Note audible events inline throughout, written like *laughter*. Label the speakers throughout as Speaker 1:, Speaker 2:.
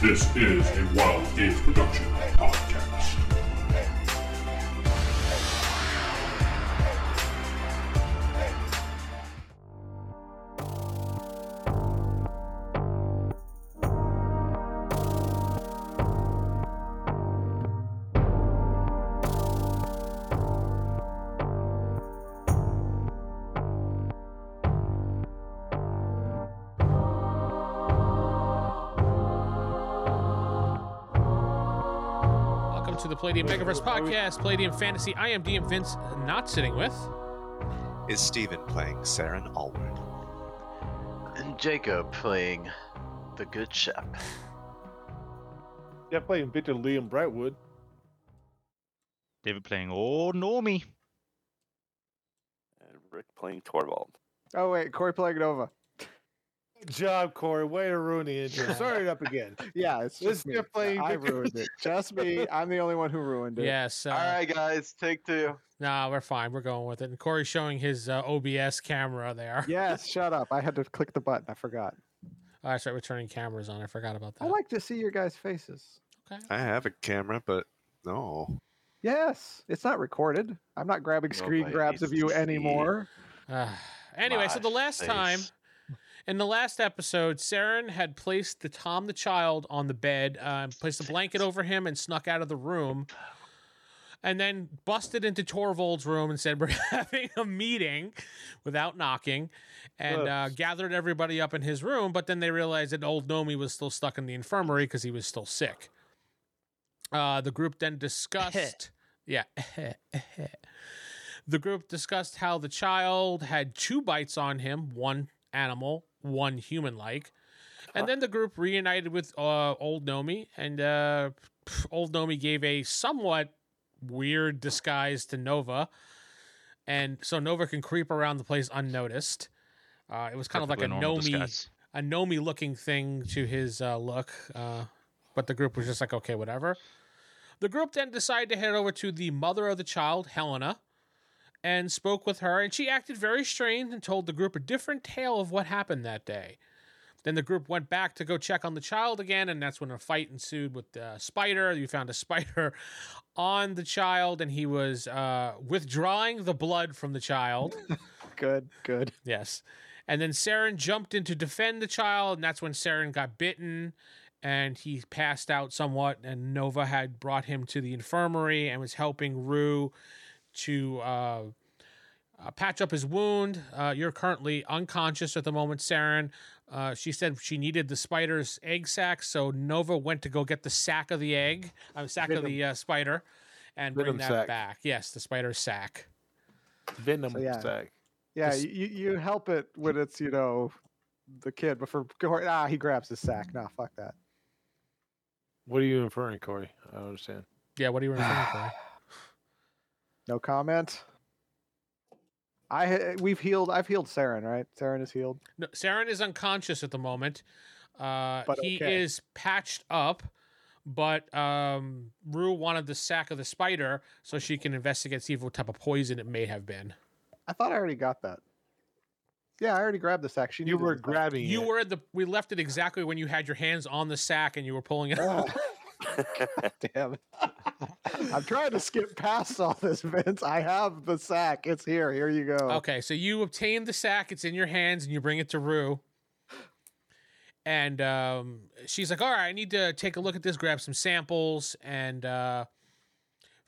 Speaker 1: This is a Wild Age Production podcast.
Speaker 2: Welcome to the Palladium Megaverse podcast, Palladium Fantasy. I am DM Vince, not sitting with.
Speaker 3: is Steven playing Saren Alward.
Speaker 4: And Jacob playing the good chap.
Speaker 5: Yeah, playing Victor Liam Brightwood.
Speaker 6: David playing Oh Normie.
Speaker 7: and Rick playing Torvald.
Speaker 8: Oh wait, Corey Plaganova.
Speaker 5: Good job, Corey. Way to ruin the intro. Start it up again.
Speaker 8: Yeah, it's
Speaker 5: This
Speaker 8: just me.
Speaker 5: guy playing *laughs*
Speaker 8: I
Speaker 5: Victor-
Speaker 8: ruined it. Just me. I'm the only one who ruined it.
Speaker 2: Yes. Uh,
Speaker 4: All right, guys, take two.
Speaker 2: Nah, we're fine. We're going with it. And Corey's showing his uh, OBS camera there.
Speaker 8: Yes, shut up. I had to click the button. I forgot.
Speaker 2: Oh, that's right. We're turning cameras on. I forgot about that.
Speaker 8: I like to see your guys' faces.
Speaker 2: okay.
Speaker 3: I have a camera, but no.
Speaker 8: Yes, it's not recorded. I'm not grabbing screen
Speaker 4: Nobody
Speaker 8: grabs
Speaker 4: needs
Speaker 8: of you
Speaker 4: to see.
Speaker 8: anymore.
Speaker 2: Uh, anyway, so the
Speaker 4: My
Speaker 2: last time,
Speaker 4: face.
Speaker 2: in the last episode, Saren had placed the Tom the child on the bed, uh, placed a blanket over him, and snuck out of the room. And then busted into Torvald's room and said, "We're *laughs* having a meeting," without knocking, and uh,
Speaker 5: Whoops.
Speaker 2: gathered everybody up in his room. But then they realized that old Nomi was still stuck in the infirmary because he was still sick. Uh, the group then discussed, yeah, *laughs* the group discussed how the child had two bites on him one animal, one human like. And then the group reunited with uh, Old Nomi, and uh, pff, Old Nomi gave a somewhat weird disguise to Nova. And so Nova can creep around the place unnoticed. Uh, it was kind of like a
Speaker 6: Perfectly normal
Speaker 2: Nomi
Speaker 6: disguise.
Speaker 2: a gnomy looking thing to his uh, look, uh, but the group was just like, okay, whatever. The group then decided to head over to the mother of the child, Helena, and spoke with her, and she acted very strange and told the group a different tale of what happened that day. Then the group went back to go check on the child again, and that's when a fight ensued with the spider. You found a spider *laughs* on the child, and he was uh, withdrawing the blood from the child.
Speaker 8: Good, good.
Speaker 2: Yes. And then Saren jumped in to defend the child, and that's when Saren got bitten and he passed out somewhat. And Nova had brought him to the infirmary and was helping Rue to uh, uh, patch up his wound. Uh, you're currently unconscious at the moment, Saren. Uh, she said she needed the spider's egg sac, so Nova went to go get the sack of the egg, uh, sack of
Speaker 5: Venom.
Speaker 2: the uh, spider, and bring
Speaker 5: Venom
Speaker 2: that
Speaker 5: sac.
Speaker 2: back. Yes, the spider's sack.
Speaker 5: Venom
Speaker 8: So, yeah.
Speaker 5: sack.
Speaker 8: Yeah,
Speaker 2: This-
Speaker 8: you, you you help it when it's, you know, the kid, but for Corey, ah, he grabs his sack. Nah, fuck that.
Speaker 5: What are you inferring, Corey? I don't understand.
Speaker 2: Yeah, what do you
Speaker 5: *sighs*
Speaker 2: remember? Corey?
Speaker 8: *sighs* No comment. I ha- we've healed. I've healed Saren, right? Saren is healed.
Speaker 2: No, Saren is unconscious at the moment. Uh,
Speaker 8: But
Speaker 2: he
Speaker 8: okay.
Speaker 2: is patched up, but um, Rue wanted the sack of the spider so she can investigate, see what type of poison it may have been.
Speaker 8: I thought I already got that. Yeah, I already grabbed the sack. She
Speaker 5: You
Speaker 8: needed
Speaker 5: were
Speaker 8: the sack.
Speaker 5: grabbing
Speaker 2: You
Speaker 5: it.
Speaker 2: were at the. We left it exactly when you had your hands on the sack and you were pulling it.
Speaker 8: Oh, damn it. *laughs* I'm trying to skip past all this, Vince. I have the sack. It's here. Here you go.
Speaker 2: Okay, so you obtain the sack. It's in your hands, and you bring it to Rue. And um, she's like, "All right, I need to take a look at this, grab some samples, and uh,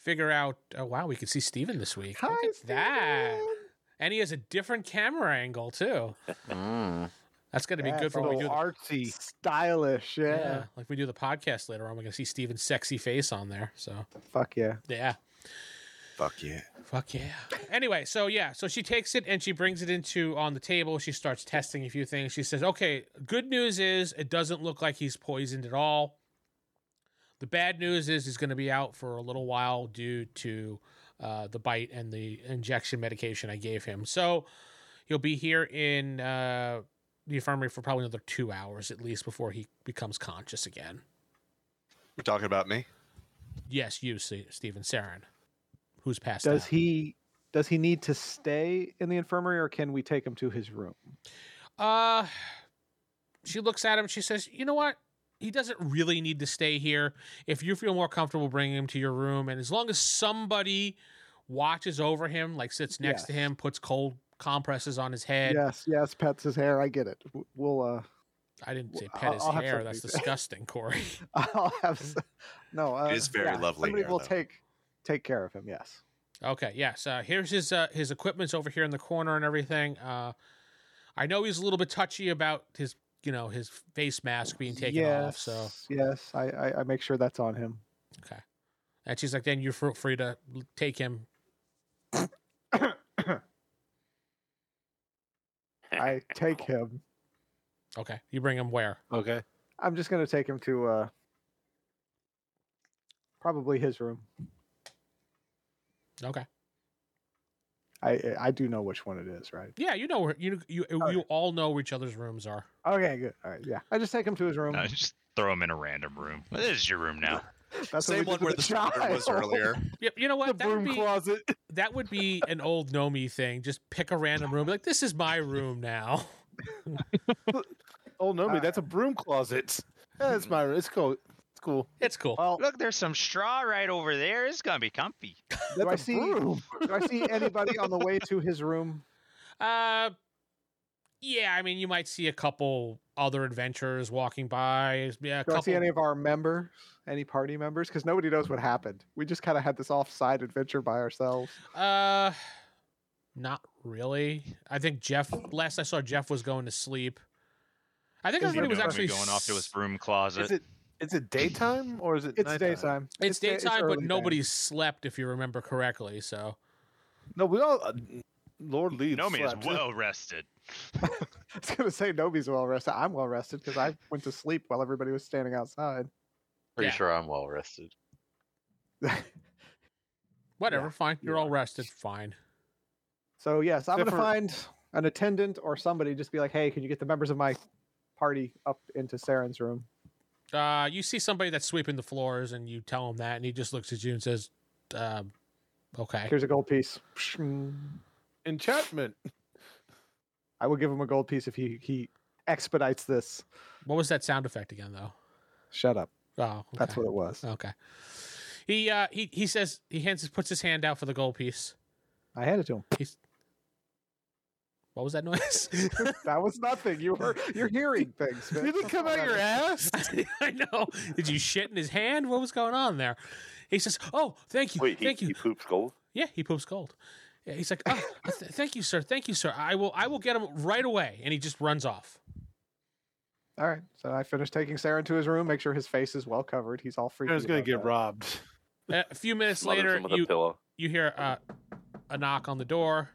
Speaker 2: figure out." Oh, wow, we can see Steven this week.
Speaker 8: Hi,
Speaker 2: Look at that,
Speaker 8: Steven.
Speaker 2: and he has a different camera angle too.
Speaker 4: Mm.
Speaker 2: That's going to be
Speaker 8: Yeah,
Speaker 2: good
Speaker 8: it's
Speaker 2: for
Speaker 8: a
Speaker 2: when we do
Speaker 5: So
Speaker 2: the
Speaker 5: artsy.
Speaker 8: Stylish. Yeah.
Speaker 2: yeah, like we do the podcast later on. We're going to see Steven's sexy face on there. So
Speaker 8: Fuck yeah.
Speaker 2: yeah.
Speaker 3: Fuck yeah.
Speaker 2: Fuck yeah. Anyway, so yeah, so she takes it and she brings it into on the table. She starts testing a few things. She says, "Okay, good news is it doesn't look like he's poisoned at all. The bad news is he's going to be out for a little while due to uh, the bite and the injection medication I gave him. So he'll be here in uh, the infirmary for probably another two hours at least before he becomes conscious again."
Speaker 3: We're talking about me.
Speaker 2: Yes, you, Se- Stephen Saren, who's passed
Speaker 8: Does
Speaker 2: out.
Speaker 8: he does he need to stay in the infirmary or can we take him to his room?
Speaker 2: Uh, she looks at him. She says, "You know what? he doesn't really need to stay here. If you feel more comfortable bringing him to your room, and as long as somebody watches over him, like sits next to
Speaker 8: Yes.
Speaker 2: him, puts cold compresses on his head.
Speaker 8: yes, yes, pets his hair. I get it. W- We'll uh, *laughs*
Speaker 2: I didn't say
Speaker 8: Well,
Speaker 2: pet
Speaker 8: I'll-
Speaker 2: his
Speaker 8: I'll have
Speaker 2: hair.
Speaker 8: something
Speaker 2: That's
Speaker 8: to say.
Speaker 2: disgusting, Corey. *laughs*
Speaker 8: I'll have s- no. Uh,
Speaker 3: It is very lovely
Speaker 8: Somebody
Speaker 3: here,
Speaker 8: will
Speaker 3: though.
Speaker 8: take take care of him. Yes.
Speaker 2: Okay, yes. Uh, here's his uh, his equipment's over here in the corner and everything. Uh, I know he's a little bit touchy about his you know his face mask being taken off. So
Speaker 8: Yes, yes, I, I I make sure that's on him.
Speaker 2: and she's like, then you're fr- free to l- take him.
Speaker 3: *laughs*
Speaker 8: I take him.
Speaker 2: Okay, you bring him where?
Speaker 5: Okay.
Speaker 8: I'm just gonna take him to uh probably his room.
Speaker 2: Okay.
Speaker 8: I eh, I do know which one it is, right?
Speaker 2: Yeah, you know where you you you all know where each other's rooms are.
Speaker 8: Okay, good. All right, yeah. I just take him to his room.
Speaker 6: No, just throw him in a random room. Well, this is your room now.
Speaker 8: That's what we
Speaker 3: Same
Speaker 8: did
Speaker 3: one
Speaker 8: to
Speaker 3: where the spider was
Speaker 8: child.
Speaker 3: earlier.
Speaker 2: Yep. You know
Speaker 5: The
Speaker 2: what? That would
Speaker 5: broom
Speaker 2: be
Speaker 5: closet. *laughs*
Speaker 2: that would be an old Nomi thing. Just pick a random room. Be like this is my room now. *laughs*
Speaker 5: Oh no, me.
Speaker 8: Uh,
Speaker 5: That's a broom closet. Yeah, that's my. It's cool. It's cool.
Speaker 2: It's cool.
Speaker 8: Well,
Speaker 6: Look, there's some straw right over there. It's gonna be comfy.
Speaker 8: do I
Speaker 5: That's
Speaker 8: see
Speaker 5: a broom.
Speaker 8: do I see anybody on the way to his room?
Speaker 2: Uh, yeah. I mean, you might see a couple other adventurers walking by. Yeah, a
Speaker 8: Do I
Speaker 2: couple.
Speaker 8: see any of our members, any party members? Because nobody knows what happened. We just kind of had this offside adventure by ourselves.
Speaker 2: uh, not really. I think Jeff. Last I saw, Jeff was going to sleep. I think
Speaker 8: Is
Speaker 2: everybody
Speaker 8: he
Speaker 2: was
Speaker 6: Nomi
Speaker 2: actually
Speaker 6: going off to his
Speaker 2: s-
Speaker 6: room closet.
Speaker 5: Is it? Is it daytime or is it?
Speaker 8: It's
Speaker 5: nighttime?
Speaker 8: daytime.
Speaker 2: It's
Speaker 8: day-
Speaker 2: daytime,
Speaker 8: early
Speaker 2: but
Speaker 8: day.
Speaker 2: nobody slept, if you remember correctly. So
Speaker 5: No, we all. Uh, Lord Lee.
Speaker 6: Nomi is
Speaker 5: slept.
Speaker 6: well rested.
Speaker 8: *laughs* I was gonna say nobody's well rested. I'm well rested because I went to sleep while everybody was standing outside. *laughs*
Speaker 4: Pretty
Speaker 2: Yeah.
Speaker 4: sure I'm well rested.
Speaker 2: whatever,
Speaker 8: Yeah,
Speaker 2: fine. You're
Speaker 8: you
Speaker 2: all
Speaker 8: are.
Speaker 2: rested, fine.
Speaker 8: so yes, I'm gonna
Speaker 5: Except for-
Speaker 8: find an attendant or somebody. Just be like, hey, can you get the members of my party up into Saren's room?
Speaker 2: Uh, you see somebody that's sweeping the floors, and you tell him that, and he just looks at you and says, uh, "Okay."
Speaker 8: Here's a gold piece. Pshing.
Speaker 5: enchantment.
Speaker 8: I will give him a gold piece if he he expedites this.
Speaker 2: What was that sound effect again, though?
Speaker 8: Shut up.
Speaker 2: Oh, okay.
Speaker 8: That's what it was.
Speaker 2: Okay. He uh he he says he hands his puts his hand out for the gold piece.
Speaker 8: I handed it to him. *laughs*
Speaker 2: What was that noise? *laughs*
Speaker 8: That was nothing. You were you're hearing things. man.
Speaker 5: Did it come out your ass?
Speaker 2: I know. Did you shit in his hand? What was going on there? He says, "Oh, thank you,
Speaker 7: Wait, he,
Speaker 2: thank you."
Speaker 7: he poops gold?
Speaker 2: Yeah, he poops gold. Yeah, He's like, oh, th- "Thank you, sir. Thank you, sir. I will. I will get him right away." And he just runs off.
Speaker 8: All right. So I finished taking Saren to his room. Make sure his face is well covered. He's all freaky.
Speaker 5: I was gonna
Speaker 8: about
Speaker 5: get
Speaker 8: that.
Speaker 5: robbed.
Speaker 2: Uh, a few minutes
Speaker 7: Smothers
Speaker 2: later,
Speaker 7: him with
Speaker 2: you
Speaker 7: a pillow.
Speaker 2: you hear uh, a knock on the door.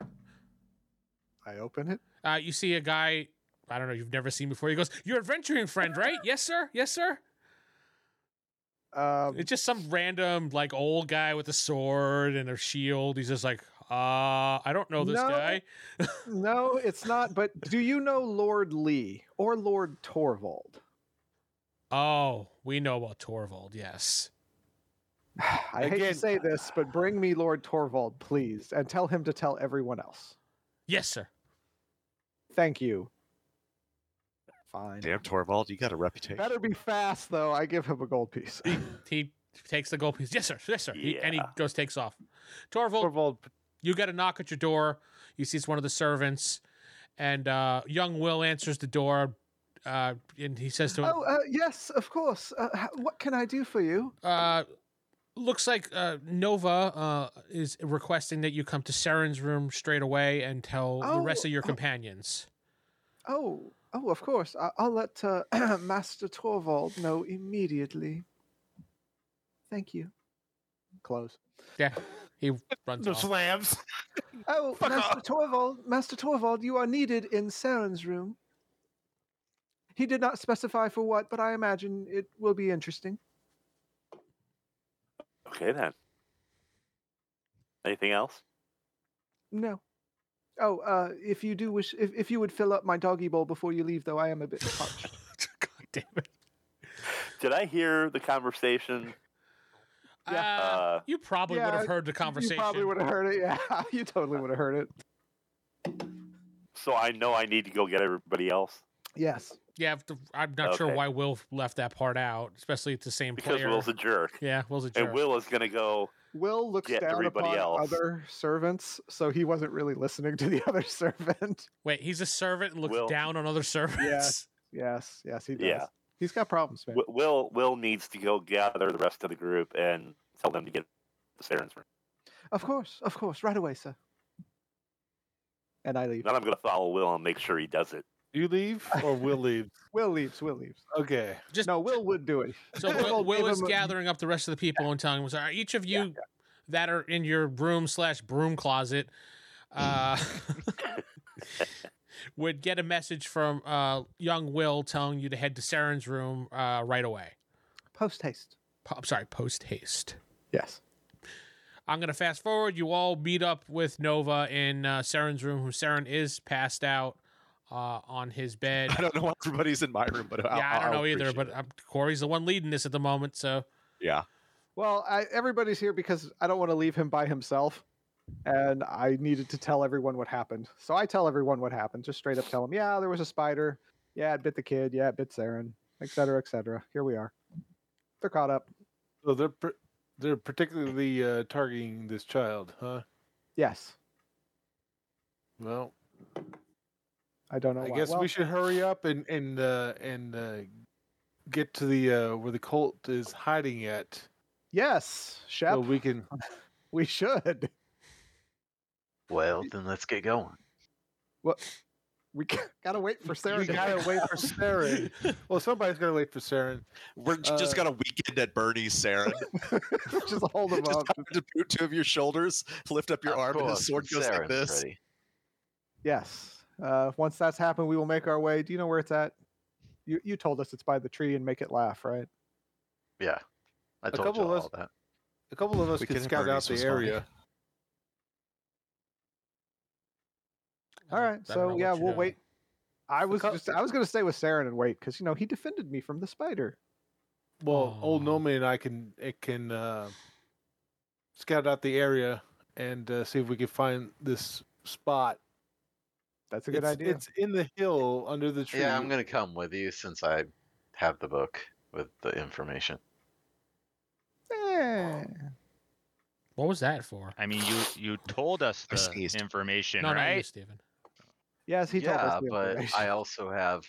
Speaker 8: I open it.
Speaker 2: Uh, you see a guy. I don't know. You've never seen before. He goes, "Your adventuring friend,
Speaker 8: *laughs*
Speaker 2: right? Yes, sir. Yes, sir."
Speaker 8: Um,
Speaker 2: It's just some random like old guy with a sword and a shield. He's just like, uh, I don't know this
Speaker 8: No.
Speaker 2: guy.
Speaker 8: no, it's not. But do you know Lord Lee or Lord Torvald?
Speaker 2: Oh, we know about Torvald, yes.
Speaker 8: I hate
Speaker 5: Again-
Speaker 8: to say this, but bring me Lord Torvald, please, and tell him to tell everyone else.
Speaker 2: Yes, sir.
Speaker 8: Thank you. Fine.
Speaker 3: Damn, Torvald, you got a reputation.
Speaker 8: Better be fast, though. I give him a gold piece.
Speaker 2: He takes the gold piece. Yes, sir. Yes, sir. He, and he
Speaker 7: Yeah.
Speaker 2: goes, takes off. Torvald,
Speaker 5: Torvald.
Speaker 2: you get a knock at your door. You see it's one of the servants. And uh, young Will answers the door. Uh, and he says to him,
Speaker 8: Oh, uh, yes, of course. Uh, h- what can I do for you?
Speaker 2: uh, looks like uh, Nova uh, is requesting that you come to Saren's room straight away and tell the rest
Speaker 8: Oh,
Speaker 2: of your
Speaker 8: oh.
Speaker 2: companions.
Speaker 8: Oh, oh, of course. I- I'll let uh, *clears throat* Master Torvald know immediately. Thank you. Close.
Speaker 2: Yeah, he runs
Speaker 5: The
Speaker 2: off.
Speaker 5: slams.
Speaker 8: Oh,
Speaker 5: Fuck
Speaker 8: Master
Speaker 5: off.
Speaker 8: Torvald, Master Torvald, you are needed in Saren's room. He did not specify for what, but I imagine it will be interesting.
Speaker 7: Okay then. Anything else?
Speaker 8: No. Oh, uh, if you do wish, if, if you would fill up my doggy bowl before you leave, though, I am a bit parched.
Speaker 2: God damn it!
Speaker 7: Did I hear the conversation?
Speaker 2: *laughs* Uh,
Speaker 7: Uh,
Speaker 2: you probably
Speaker 8: yeah,
Speaker 2: would have heard the
Speaker 8: you
Speaker 2: conversation.
Speaker 8: probably would have heard it. Yeah, *laughs* you totally would have heard it.
Speaker 7: so I know I need to go get everybody else.
Speaker 8: Yes.
Speaker 2: Yeah, if the- I'm not sure
Speaker 7: Okay.
Speaker 2: why Will left that part out, especially it's the same
Speaker 7: because
Speaker 2: player.
Speaker 7: Will's a jerk,
Speaker 2: yeah, Will's a
Speaker 7: and
Speaker 2: jerk.
Speaker 7: Will is going to go.
Speaker 8: Will looks
Speaker 7: Yeah,
Speaker 8: down
Speaker 7: everybody
Speaker 8: upon
Speaker 7: else.
Speaker 8: other servants, so he wasn't really listening to the *laughs* other servant.
Speaker 2: Wait, he's a servant and looks
Speaker 7: Will.
Speaker 2: down on other *laughs* servants.
Speaker 8: Yes, yes, he does.
Speaker 7: Yeah.
Speaker 8: He's got problems, man.
Speaker 7: Wi- Will Will needs to go gather the rest of the group and tell them to get to Saren's room.
Speaker 8: Of course, of course, right away, sir. And I leave.
Speaker 7: Then I'm going to follow Will and make sure he does it.
Speaker 5: You leave or Will leaves?
Speaker 8: Will leaves. Will leaves.
Speaker 5: Okay.
Speaker 2: Just
Speaker 8: No, Will would do it. *laughs*
Speaker 2: so Will,
Speaker 8: Will
Speaker 2: Will
Speaker 8: gave
Speaker 2: is
Speaker 8: him a-
Speaker 2: gathering up the rest of the people and telling them, "All right, each of you that are in your room slash broom closet, uh, *laughs* would get a message from uh, young Will telling you to head to Saren's room uh, right away.
Speaker 8: Post haste.
Speaker 2: Po- I'm sorry, post haste.
Speaker 8: Yes.
Speaker 2: I'm gonna fast forward. You all meet up with Nova in uh, Saren's room, who Saren is passed out uh, on his
Speaker 8: *laughs*
Speaker 2: bed.
Speaker 9: *laughs* I don't know why everybody's in my room, but I,
Speaker 2: yeah, I don't
Speaker 9: I'll
Speaker 2: know either,
Speaker 9: appreciate
Speaker 2: but
Speaker 9: it.
Speaker 2: um, Corey's the one leading this at the moment, so
Speaker 9: yeah,
Speaker 8: Well, I, everybody's here because I don't want to leave him by himself, and I needed to tell everyone what happened. So I tell everyone what happened. Just straight up tell him, yeah, there was a spider. Yeah, it bit the kid. Yeah, it bit Saren, et cetera, et cetera. Here we are. They're caught up.
Speaker 5: So they're par- they're particularly uh, targeting this child, huh?
Speaker 8: Yes.
Speaker 5: Well,
Speaker 8: I don't know.
Speaker 5: I
Speaker 8: why.
Speaker 5: guess
Speaker 8: Oh, Well,
Speaker 5: we should hurry up and and uh, and uh, get to the uh, where the cult is hiding at,
Speaker 8: Yes, Shep.
Speaker 5: so we can.
Speaker 8: we should. *laughs*
Speaker 4: Well, then let's get going.
Speaker 8: We g- gotta wait
Speaker 5: *laughs*
Speaker 8: for *laughs* Sarah.
Speaker 5: we
Speaker 8: to
Speaker 5: gotta wait for Saren. well, somebody's gotta wait for Saren.
Speaker 9: we're j- just
Speaker 5: Uh,
Speaker 9: got a weekend at Bernie's, Sarah.
Speaker 8: just hold them
Speaker 9: just
Speaker 8: up.
Speaker 9: come to boot two of your shoulders, lift up your
Speaker 4: Of
Speaker 9: arm, and
Speaker 4: course,
Speaker 9: his sword goes like
Speaker 4: Saren's
Speaker 9: this.
Speaker 4: ready.
Speaker 8: Yes. Uh, once that's happened, we will make our way. Do you know where it's at? You you told us it's by the tree and make it laugh, right?
Speaker 4: Yeah, I told
Speaker 5: couple
Speaker 4: you
Speaker 5: of us-
Speaker 4: all that.
Speaker 5: A couple of us
Speaker 9: We
Speaker 5: can
Speaker 9: can
Speaker 5: scout out
Speaker 9: Bernie's
Speaker 5: the
Speaker 9: was funny.
Speaker 5: area.
Speaker 8: All right.
Speaker 2: I don't know
Speaker 8: So
Speaker 2: what
Speaker 8: yeah,
Speaker 2: you're
Speaker 8: we'll
Speaker 2: doing.
Speaker 8: wait. I was
Speaker 5: cou-
Speaker 8: just I was gonna stay with Saren and wait because you know he defended me from the spider.
Speaker 5: Well, old
Speaker 8: Oh.
Speaker 2: Aw.
Speaker 5: Nomi and I can it can uh, scout out the area and uh, see if we can find this spot.
Speaker 8: That's a good
Speaker 5: it's,
Speaker 8: idea.
Speaker 5: It's in the hill under the tree.
Speaker 4: Yeah, I'm gonna come with you since I have the book with the information.
Speaker 8: Eh,
Speaker 2: what was that for?
Speaker 6: I mean, you you told us
Speaker 9: I
Speaker 6: the
Speaker 9: sneezed.
Speaker 6: information,
Speaker 2: No, not you,
Speaker 6: right?
Speaker 2: Stephen.
Speaker 8: Yes, he told
Speaker 4: yeah,
Speaker 8: us. the
Speaker 4: but
Speaker 8: information.
Speaker 4: I also have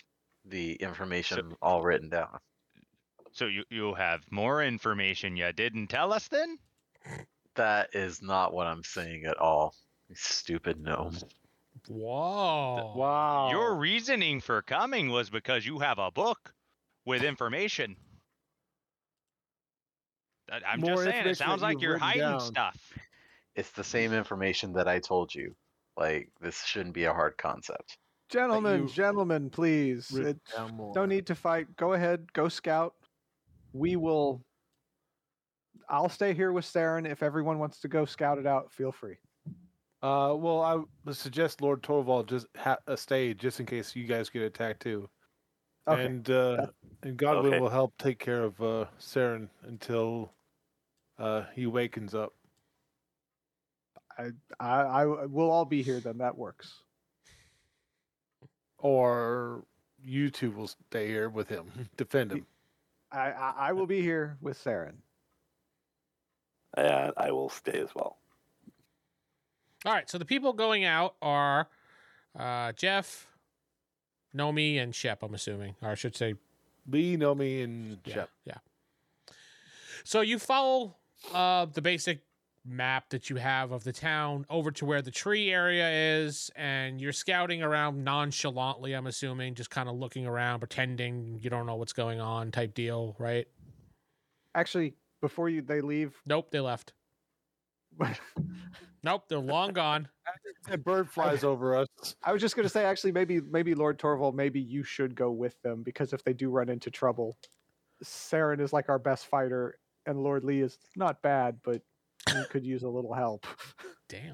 Speaker 4: the information all written down.
Speaker 6: So you you have more information you didn't tell us then?
Speaker 4: That is not what I'm saying at all. you Stupid gnome.
Speaker 2: Whoa.
Speaker 5: Wow.
Speaker 6: Your reasoning for coming was because you have a book with information. I- I'm
Speaker 5: More
Speaker 6: just saying,
Speaker 5: information that
Speaker 6: it sounds like
Speaker 5: you've
Speaker 6: you're
Speaker 5: written
Speaker 6: hiding
Speaker 5: down.
Speaker 6: stuff.
Speaker 4: It's the same information that I told you. Like this shouldn't be a hard concept.
Speaker 8: *laughs* gentlemen,
Speaker 5: you-
Speaker 8: gentlemen, please.
Speaker 5: Written
Speaker 8: It-
Speaker 5: down more.
Speaker 8: No need to fight. Go ahead. Go scout. We will. I'll stay here with Saren. If everyone wants to go scout it out, feel free.
Speaker 5: Uh, well, I would suggest Lord Torvald just ha- uh, stay just in case you guys get attacked too.
Speaker 8: Okay.
Speaker 5: And uh, and Godwin
Speaker 7: Okay.
Speaker 5: will help take care of uh, Saren until uh, he wakens up.
Speaker 8: I, I we'll all be here then. That works.
Speaker 5: Or you two will stay here with him, *laughs* defend him.
Speaker 8: I, I, I will be here with Saren.
Speaker 7: And I will stay as well.
Speaker 2: All right, so the people going out are uh, Jeff, Nomi, and Shep, I'm assuming. Or I should say
Speaker 5: Lee, Nomi, and
Speaker 2: Yeah.
Speaker 5: Shep.
Speaker 2: Yeah. So you follow uh, the basic map that you have of the town over to where the tree area is, and you're scouting around nonchalantly, I'm assuming, just kind of looking around, pretending you don't know what's going on type deal, right?
Speaker 8: Actually, before you they leave, *laughs*
Speaker 2: Nope, they left. Nope, they're long gone.
Speaker 5: A bird
Speaker 8: *laughs*
Speaker 5: flies over us. *laughs*
Speaker 8: I was just going to say, actually, maybe maybe Lord Torvald, maybe you should go with them because if they do run into trouble, Saren is like our best fighter, and Lord Lee is not bad, but he could use a little help.
Speaker 2: Damn. I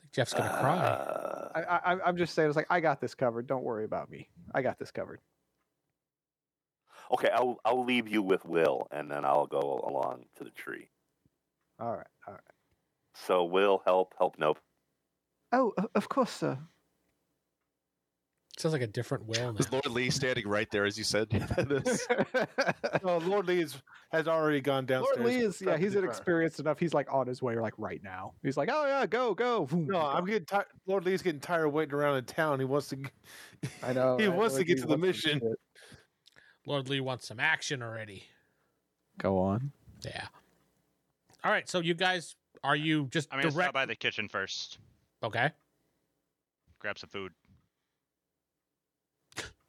Speaker 2: think Jeff's going to cry.
Speaker 7: Uh,
Speaker 8: I, I, I'm just saying, it's like I got this covered. Don't worry about me. I got this covered.
Speaker 7: okay, I'll I'll leave you with Will, and then I'll go along to the tree.
Speaker 8: All right, all right.
Speaker 7: So Will help help Nope.
Speaker 8: uh, Oh, o- of course, sir.
Speaker 2: Sounds like a different will.
Speaker 6: *laughs*
Speaker 2: Now.
Speaker 9: Is Lord Lee standing right there as you said? This-
Speaker 5: No, Lord Lee is, has already gone downstairs.
Speaker 8: Lord Lee is yeah, he's
Speaker 5: an
Speaker 8: inexperienced enough. He's like on his way, like right now. He's like, oh yeah, go go. *laughs* Vroom,
Speaker 5: No, I'm getting tired. Lord Lee's getting tired of waiting around in town. He wants to. g-
Speaker 8: I know
Speaker 5: *laughs* He
Speaker 8: right?
Speaker 5: wants to
Speaker 8: Lord
Speaker 5: get
Speaker 8: Lee
Speaker 5: to the
Speaker 8: wants some
Speaker 5: mission.
Speaker 8: shit.
Speaker 2: Lord Lee wants some action already.
Speaker 8: Go on.
Speaker 2: Yeah. All right. So you guys, are you just
Speaker 6: I'm gonna
Speaker 2: direct?
Speaker 6: stop by the kitchen first.
Speaker 2: okay.
Speaker 6: Grab some food.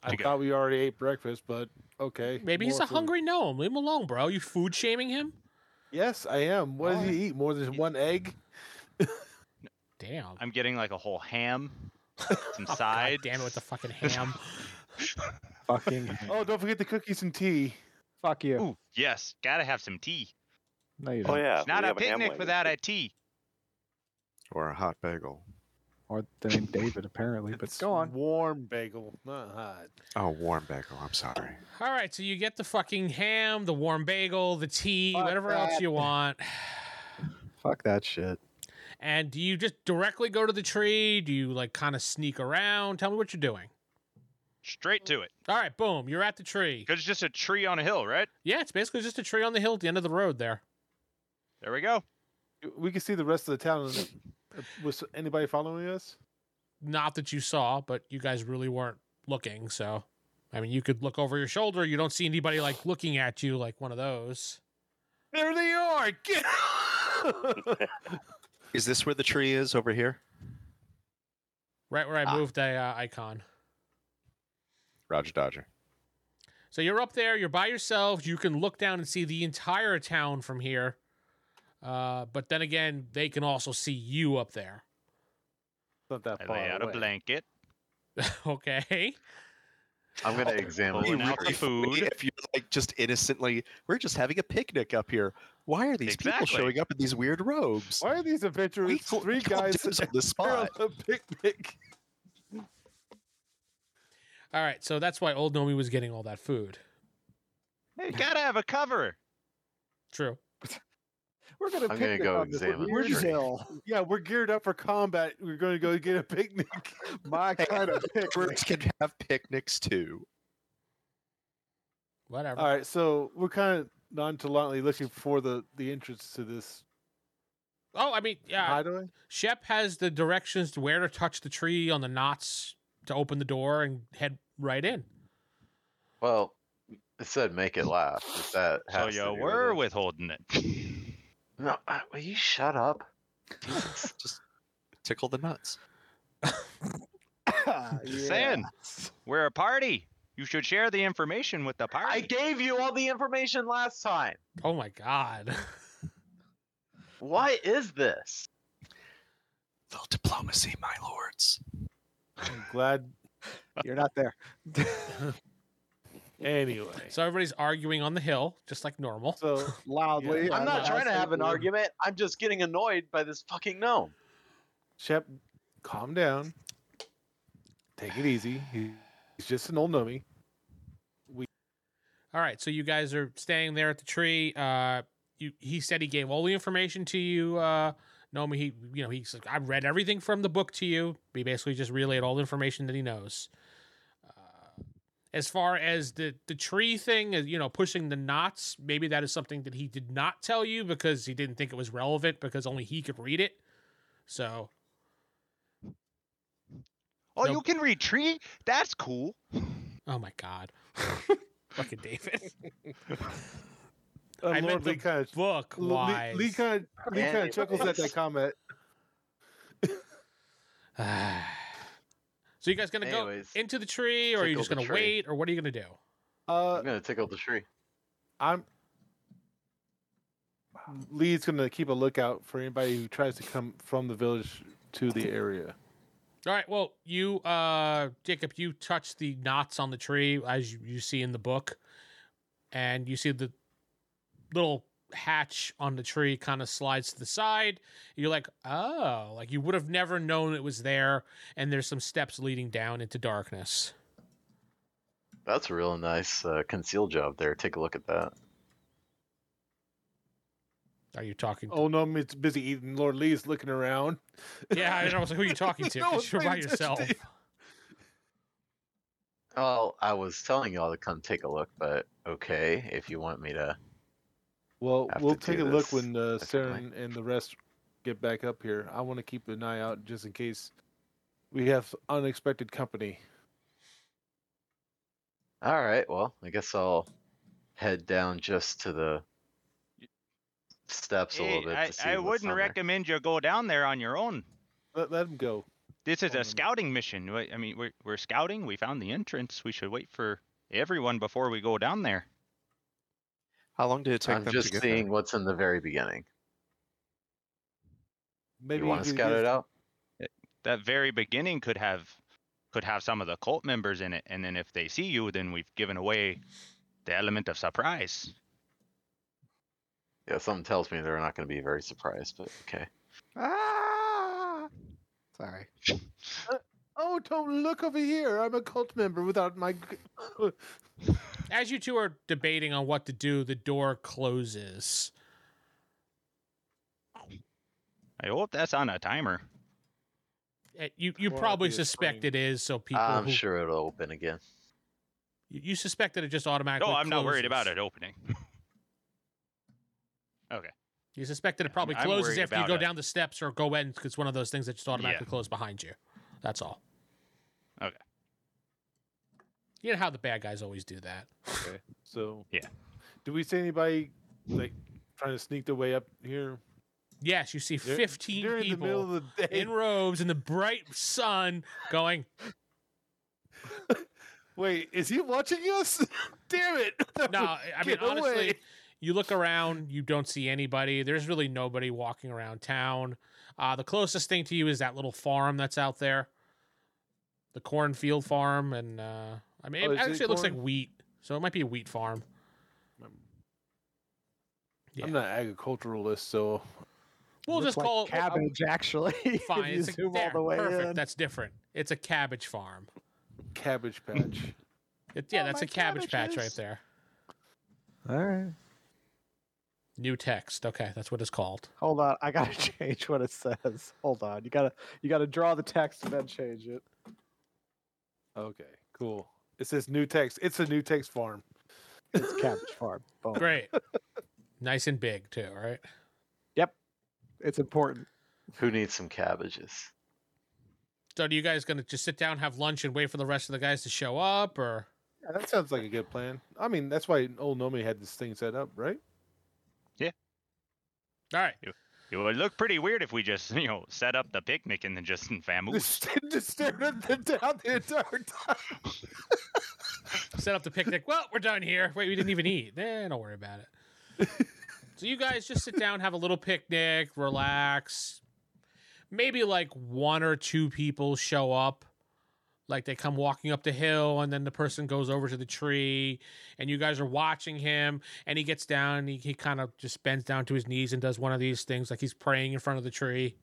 Speaker 5: I
Speaker 6: Okay.
Speaker 5: thought we already ate breakfast, but okay.
Speaker 2: Maybe he's
Speaker 5: more
Speaker 2: a
Speaker 5: food.
Speaker 2: hungry gnome. Leave him alone, bro. You food shaming him?
Speaker 5: Yes, I am. What does he eat? More than one egg?
Speaker 2: Damn.
Speaker 6: I'm getting like a whole ham,
Speaker 2: *laughs*
Speaker 6: some
Speaker 2: Oh, God
Speaker 6: side.
Speaker 2: damn it with the
Speaker 6: *laughs*
Speaker 2: fucking ham.
Speaker 8: Fucking
Speaker 5: Oh, don't forget the cookies and tea.
Speaker 8: fuck you.
Speaker 6: Ooh, yes, gotta have some tea.
Speaker 8: No, you
Speaker 7: Oh
Speaker 8: don't.
Speaker 7: yeah,
Speaker 6: It's not
Speaker 7: we
Speaker 6: a
Speaker 7: have an
Speaker 6: picnic
Speaker 7: Amway.
Speaker 6: without a tea.
Speaker 9: or a hot bagel.
Speaker 8: Or the name David apparently, but
Speaker 5: It's
Speaker 8: go on.
Speaker 5: Warm bagel, not hot.
Speaker 9: Oh, warm bagel. I'm sorry.
Speaker 2: All right. So you get the fucking ham, the warm bagel, the tea,
Speaker 8: Fuck
Speaker 2: whatever else
Speaker 8: that.
Speaker 2: you want.
Speaker 8: Fuck that shit.
Speaker 2: And do you just directly go to the tree? Do you like kind of sneak around? Tell me what you're doing.
Speaker 6: Straight to it.
Speaker 2: All right. Boom. You're at the tree.
Speaker 6: Because it's just a tree on a hill, right?
Speaker 2: Yeah. It's basically just a tree on the hill at the end of the road there.
Speaker 6: There we go.
Speaker 5: We can see the rest of the town. uh, Was anybody following us?
Speaker 2: Not that you saw, but you guys really weren't looking. So, I mean, you could look over your shoulder. You don't see anybody like looking at you like one of those.
Speaker 5: There they are. *laughs* Get.
Speaker 9: Is this where the tree is over here?
Speaker 2: Right where I
Speaker 9: Ah.
Speaker 2: moved the uh, icon.
Speaker 9: Roger Dodger.
Speaker 2: So you're up there, you're by yourselves, you can look down and see the entire town from here. Uh, but then again, they can also see you up there. *laughs*
Speaker 5: not that
Speaker 6: I lay
Speaker 5: far
Speaker 6: out a
Speaker 5: away.
Speaker 6: blanket.
Speaker 2: okay.
Speaker 4: I'm gonna examine
Speaker 6: pulling
Speaker 4: the
Speaker 6: out the
Speaker 4: tree.
Speaker 6: food.
Speaker 9: If you're like just innocently, we're just having a picnic up here. Why are these people
Speaker 6: Exactly.
Speaker 9: showing up in these weird robes?
Speaker 5: Why are these adventurers?
Speaker 9: We cl-
Speaker 5: three
Speaker 9: we call
Speaker 5: guys
Speaker 9: dibs on *laughs* the
Speaker 5: *laughs* they're on
Speaker 9: spot.
Speaker 5: a picnic.
Speaker 2: All right, so that's why old Nomi was getting all that food.
Speaker 4: *laughs*
Speaker 6: You gotta have a cover.
Speaker 2: True.
Speaker 8: We're gonna.
Speaker 4: gonna
Speaker 8: picnic
Speaker 4: go
Speaker 8: on this
Speaker 4: examine the
Speaker 8: weird
Speaker 4: tree.
Speaker 8: hill.
Speaker 5: Yeah, we're geared up for combat. We're going to go get a picnic. *laughs*
Speaker 8: My kind of picnic.
Speaker 9: Birds can have picnics too.
Speaker 2: Whatever.
Speaker 5: All right, so we're kind of nonchalantly looking for the the entrance to this
Speaker 2: Oh, I mean, yeah.
Speaker 5: hideaway.
Speaker 2: Shep has the directions to where to touch the tree on the knots to open the door and head right in.
Speaker 4: Well, it said make it laugh. If that
Speaker 6: So
Speaker 4: has to
Speaker 6: you
Speaker 4: do
Speaker 6: were
Speaker 4: it.
Speaker 6: withholding it. *laughs*
Speaker 4: No, uh, will you shut up?
Speaker 9: Jesus, just tickle the nuts.
Speaker 8: Ah,
Speaker 5: *laughs*
Speaker 6: Just saying. We're a party. You should share the information with the party.
Speaker 4: I gave you all the information last time.
Speaker 2: Oh my god. *laughs*
Speaker 4: Why is this?
Speaker 9: Little diplomacy, my lords.
Speaker 5: I'm glad.
Speaker 8: *laughs* You're not there.
Speaker 5: Anyway,
Speaker 2: so everybody's arguing on the hill, just like normal.
Speaker 5: *laughs* so
Speaker 8: Loudly.
Speaker 5: Yeah,
Speaker 4: I'm
Speaker 5: I
Speaker 4: not trying to
Speaker 5: think
Speaker 4: have an
Speaker 5: we-
Speaker 4: argument. I'm just getting annoyed by this fucking gnome.
Speaker 5: Shep, calm down. Take it easy. He- He's just an old nummy.
Speaker 2: All right, so you guys are staying there at the tree. Uh, you, he said he gave all the information to you. Uh, Nomi, he, you know, he's like, I read everything from the book to you. He basically just relayed all the information that he knows. Uh, as far as the the tree thing, uh, you know, pushing the knots, maybe that is something that he did not tell you because he didn't think it was relevant because only he could read it. So
Speaker 6: oh,
Speaker 2: no-
Speaker 6: you can read tree? That's cool.
Speaker 2: Oh my god. *laughs* Fucking David.
Speaker 5: Uh,
Speaker 2: I meant
Speaker 5: Lord Lee
Speaker 2: the
Speaker 5: kind of
Speaker 2: Book wise.
Speaker 5: Lee kind of Lee kind of
Speaker 4: Anyways.
Speaker 5: chuckles
Speaker 8: *laughs*
Speaker 5: at that comment.
Speaker 2: *sighs* so you guys gonna
Speaker 4: Anyways,
Speaker 2: go into the tree or are you
Speaker 4: tickle
Speaker 2: just
Speaker 4: the
Speaker 2: gonna
Speaker 4: tree.
Speaker 2: wait or what are you gonna do?
Speaker 5: Uh,
Speaker 4: I'm gonna tickle the tree.
Speaker 5: I'm. Lee's going to keep a lookout for anybody who tries to come from the village to the area.
Speaker 2: All right, well, you uh Jacob, you touch the knots on the tree as you, you see in the book, and you see the little hatch on the tree kind of slides to the side. You're like, oh, like you would have never known it was there, and there's some steps leading down into darkness.
Speaker 4: That's a real nice uh, conceal job there. Take a look at that.
Speaker 2: Are you talking? To- *laughs*
Speaker 5: Oh no, it's busy eating. Lord Lee's looking around. *laughs*
Speaker 2: Yeah, and I was like, "Who are you talking to?" 'Cause
Speaker 5: No,
Speaker 2: you're by
Speaker 5: it's-
Speaker 2: yourself.
Speaker 4: Well, I was telling y'all to come take a look, but okay, if you want me to.
Speaker 5: Well,
Speaker 4: Have
Speaker 5: we'll
Speaker 4: to
Speaker 5: take a
Speaker 4: do
Speaker 5: look
Speaker 4: this
Speaker 5: when uh,
Speaker 4: definitely.
Speaker 5: Saren and the rest get back up here. I want to keep an eye out just in case we have unexpected company.
Speaker 4: All right, well, I guess I'll head down just to the steps a little
Speaker 6: Hey,
Speaker 4: bit.
Speaker 6: Eh, I,
Speaker 4: to see
Speaker 6: I
Speaker 4: what's
Speaker 6: wouldn't
Speaker 4: on there.
Speaker 6: recommend you go down there on your own.
Speaker 5: Let, let 'em go.
Speaker 6: This is
Speaker 5: Oh, no.
Speaker 6: a scouting mission. Wait, I mean, we're, we're scouting. We found the entrance. We should wait for everyone before we go down there.
Speaker 9: How long did it take
Speaker 4: I'm
Speaker 9: them to
Speaker 4: just
Speaker 9: get there?
Speaker 4: seeing *laughs* what's in the very beginning.
Speaker 5: Maybe
Speaker 4: you want to
Speaker 5: could
Speaker 4: scout
Speaker 5: give-
Speaker 4: it out?
Speaker 6: That very beginning could have could have some of the cult members in it, and then if they see you, then we've given away the element of surprise.
Speaker 4: Yeah, something tells me they're not going to be very surprised, but okay.
Speaker 8: *laughs* Ah! Sorry.
Speaker 5: Oh, don't look over here. I'm a cult member without my. g-
Speaker 2: As you two are debating on what to do, the door closes.
Speaker 6: I hope that's on a timer.
Speaker 2: Uh, You you
Speaker 5: Well, that'd
Speaker 2: probably
Speaker 5: be a spring.
Speaker 2: suspect it is, so people
Speaker 4: I'm
Speaker 2: who-
Speaker 4: sure it'll open again.
Speaker 2: you, you suspect that it just automatically.
Speaker 6: No, I'm not
Speaker 2: closes.
Speaker 6: worried about it opening.
Speaker 2: You suspect that it probably
Speaker 6: I'm
Speaker 2: closes
Speaker 6: worried
Speaker 2: after you
Speaker 6: about
Speaker 2: go
Speaker 6: it.
Speaker 2: down the steps or go in. 'cause It's one of those things that just automatically closes behind you. That's all.
Speaker 6: Okay.
Speaker 2: You know how the bad guys always do that.
Speaker 5: Okay, so
Speaker 6: Yeah.
Speaker 5: do we see anybody like trying to sneak their way up here
Speaker 2: Yes, you see
Speaker 5: Dur-
Speaker 2: 15
Speaker 5: during the
Speaker 2: people
Speaker 5: middle of the day?
Speaker 2: in robes in the bright sun going, *laughs*
Speaker 5: Wait, is he watching us? *laughs* Damn it! That
Speaker 2: no,
Speaker 5: would-
Speaker 2: I mean,
Speaker 5: Get
Speaker 2: honestly,
Speaker 5: away.
Speaker 2: you look around, you don't see anybody. There's really nobody walking around town. Uh, the closest thing to you is that little farm that's out there, the cornfield farm. And uh, I mean,
Speaker 5: Oh,
Speaker 2: it
Speaker 5: is it
Speaker 2: actually, it looks like
Speaker 5: corn?
Speaker 2: wheat. So it might be a wheat farm. Yeah.
Speaker 5: I'm not an agriculturalist, so
Speaker 2: We'll
Speaker 8: Looks
Speaker 2: just
Speaker 8: like
Speaker 2: call it um,
Speaker 8: cabbage. Actually, *laughs* if
Speaker 2: Fine,
Speaker 8: you
Speaker 2: it's a,
Speaker 8: zoom all
Speaker 2: there,
Speaker 8: the way
Speaker 2: perfect.
Speaker 8: in.
Speaker 2: That's different. It's a cabbage farm.
Speaker 5: cabbage patch.
Speaker 2: It, yeah,
Speaker 8: Oh,
Speaker 2: that's
Speaker 8: my
Speaker 2: a cabbage patch right
Speaker 8: cabbages.
Speaker 2: there.
Speaker 8: All right.
Speaker 2: New text. Okay, that's what it's called.
Speaker 8: Hold on, I gotta *laughs* change what it says. Hold on, you gotta you gotta draw the text and then change it.
Speaker 5: *laughs* Okay, cool. It says new text. It's a new text farm.
Speaker 8: It's
Speaker 5: *laughs*
Speaker 8: cabbage farm. Boom. *laughs*
Speaker 2: Great. nice and big too, right?
Speaker 8: It's important.
Speaker 4: Who needs some cabbages?
Speaker 2: So, are you guys gonna just sit down, have lunch, and wait for the rest of the guys to show up, or
Speaker 5: Yeah, that sounds like a good plan. I mean, that's why old Nomi had this thing set up, right?
Speaker 2: all right?
Speaker 6: It would look pretty weird if we just, *laughs* you know, set up the picnic and then just *laughs*
Speaker 5: *laughs*
Speaker 6: vamoose.
Speaker 5: Just, just stared at the down the entire time.
Speaker 2: Set up the picnic. Well, we're done here. Wait, we didn't even eat. Eh, don't worry about it. so you guys just sit down, have a little picnic, relax. Maybe like one or two people show up. Like they come walking up the hill, and then the person goes over to the tree, and you guys are watching him. And he gets down, and he, he kind of just bends down to his knees and does one of these things, like he's praying in front of the tree.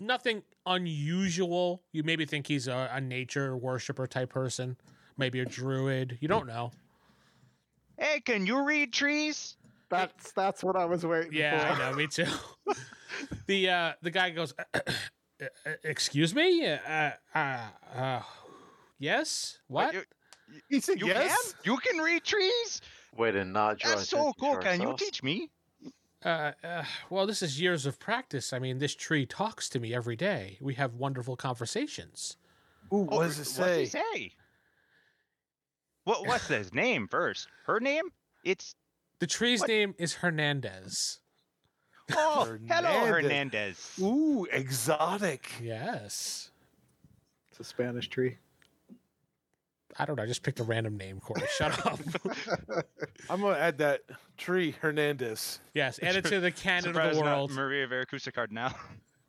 Speaker 2: Nothing unusual. You maybe think he's a, a nature worshiper type person maybe a druid. You don't know.
Speaker 6: Hey, can you read trees?
Speaker 8: That's that's what I was waiting
Speaker 2: Yeah,
Speaker 8: for.
Speaker 2: I know. Me too.
Speaker 6: *laughs*
Speaker 2: the uh, the guy goes, *clears throat* "E-, "Excuse me, uh, uh, uh, yes, what?
Speaker 6: You,
Speaker 5: He said
Speaker 6: you
Speaker 5: yes.
Speaker 6: can? You can read trees?
Speaker 4: Way to not draw
Speaker 6: That's so
Speaker 4: attention to
Speaker 6: cool. Can you
Speaker 4: ourselves.
Speaker 6: teach me?
Speaker 2: Uh, uh, well, this is years of practice. I mean, this tree talks to me every day. We have wonderful conversations.
Speaker 5: Ooh,
Speaker 6: Oh, What's it say? What, what's his name first? Her name? It's
Speaker 2: The tree's
Speaker 6: What?
Speaker 2: name is Hernandez.
Speaker 6: oh, hello
Speaker 5: Hernandez.
Speaker 6: Hernandez.
Speaker 5: Ooh, exotic.
Speaker 2: Yes."
Speaker 8: It's a Spanish tree.
Speaker 2: I don't know. I just picked a random name, Corey. Shut
Speaker 6: *laughs*
Speaker 2: up.
Speaker 5: I'm gonna add that tree Hernandez.
Speaker 2: Yes, add it to the canon of
Speaker 6: Surprised
Speaker 2: the
Speaker 6: not
Speaker 2: world.
Speaker 6: Maria Veracruz card now.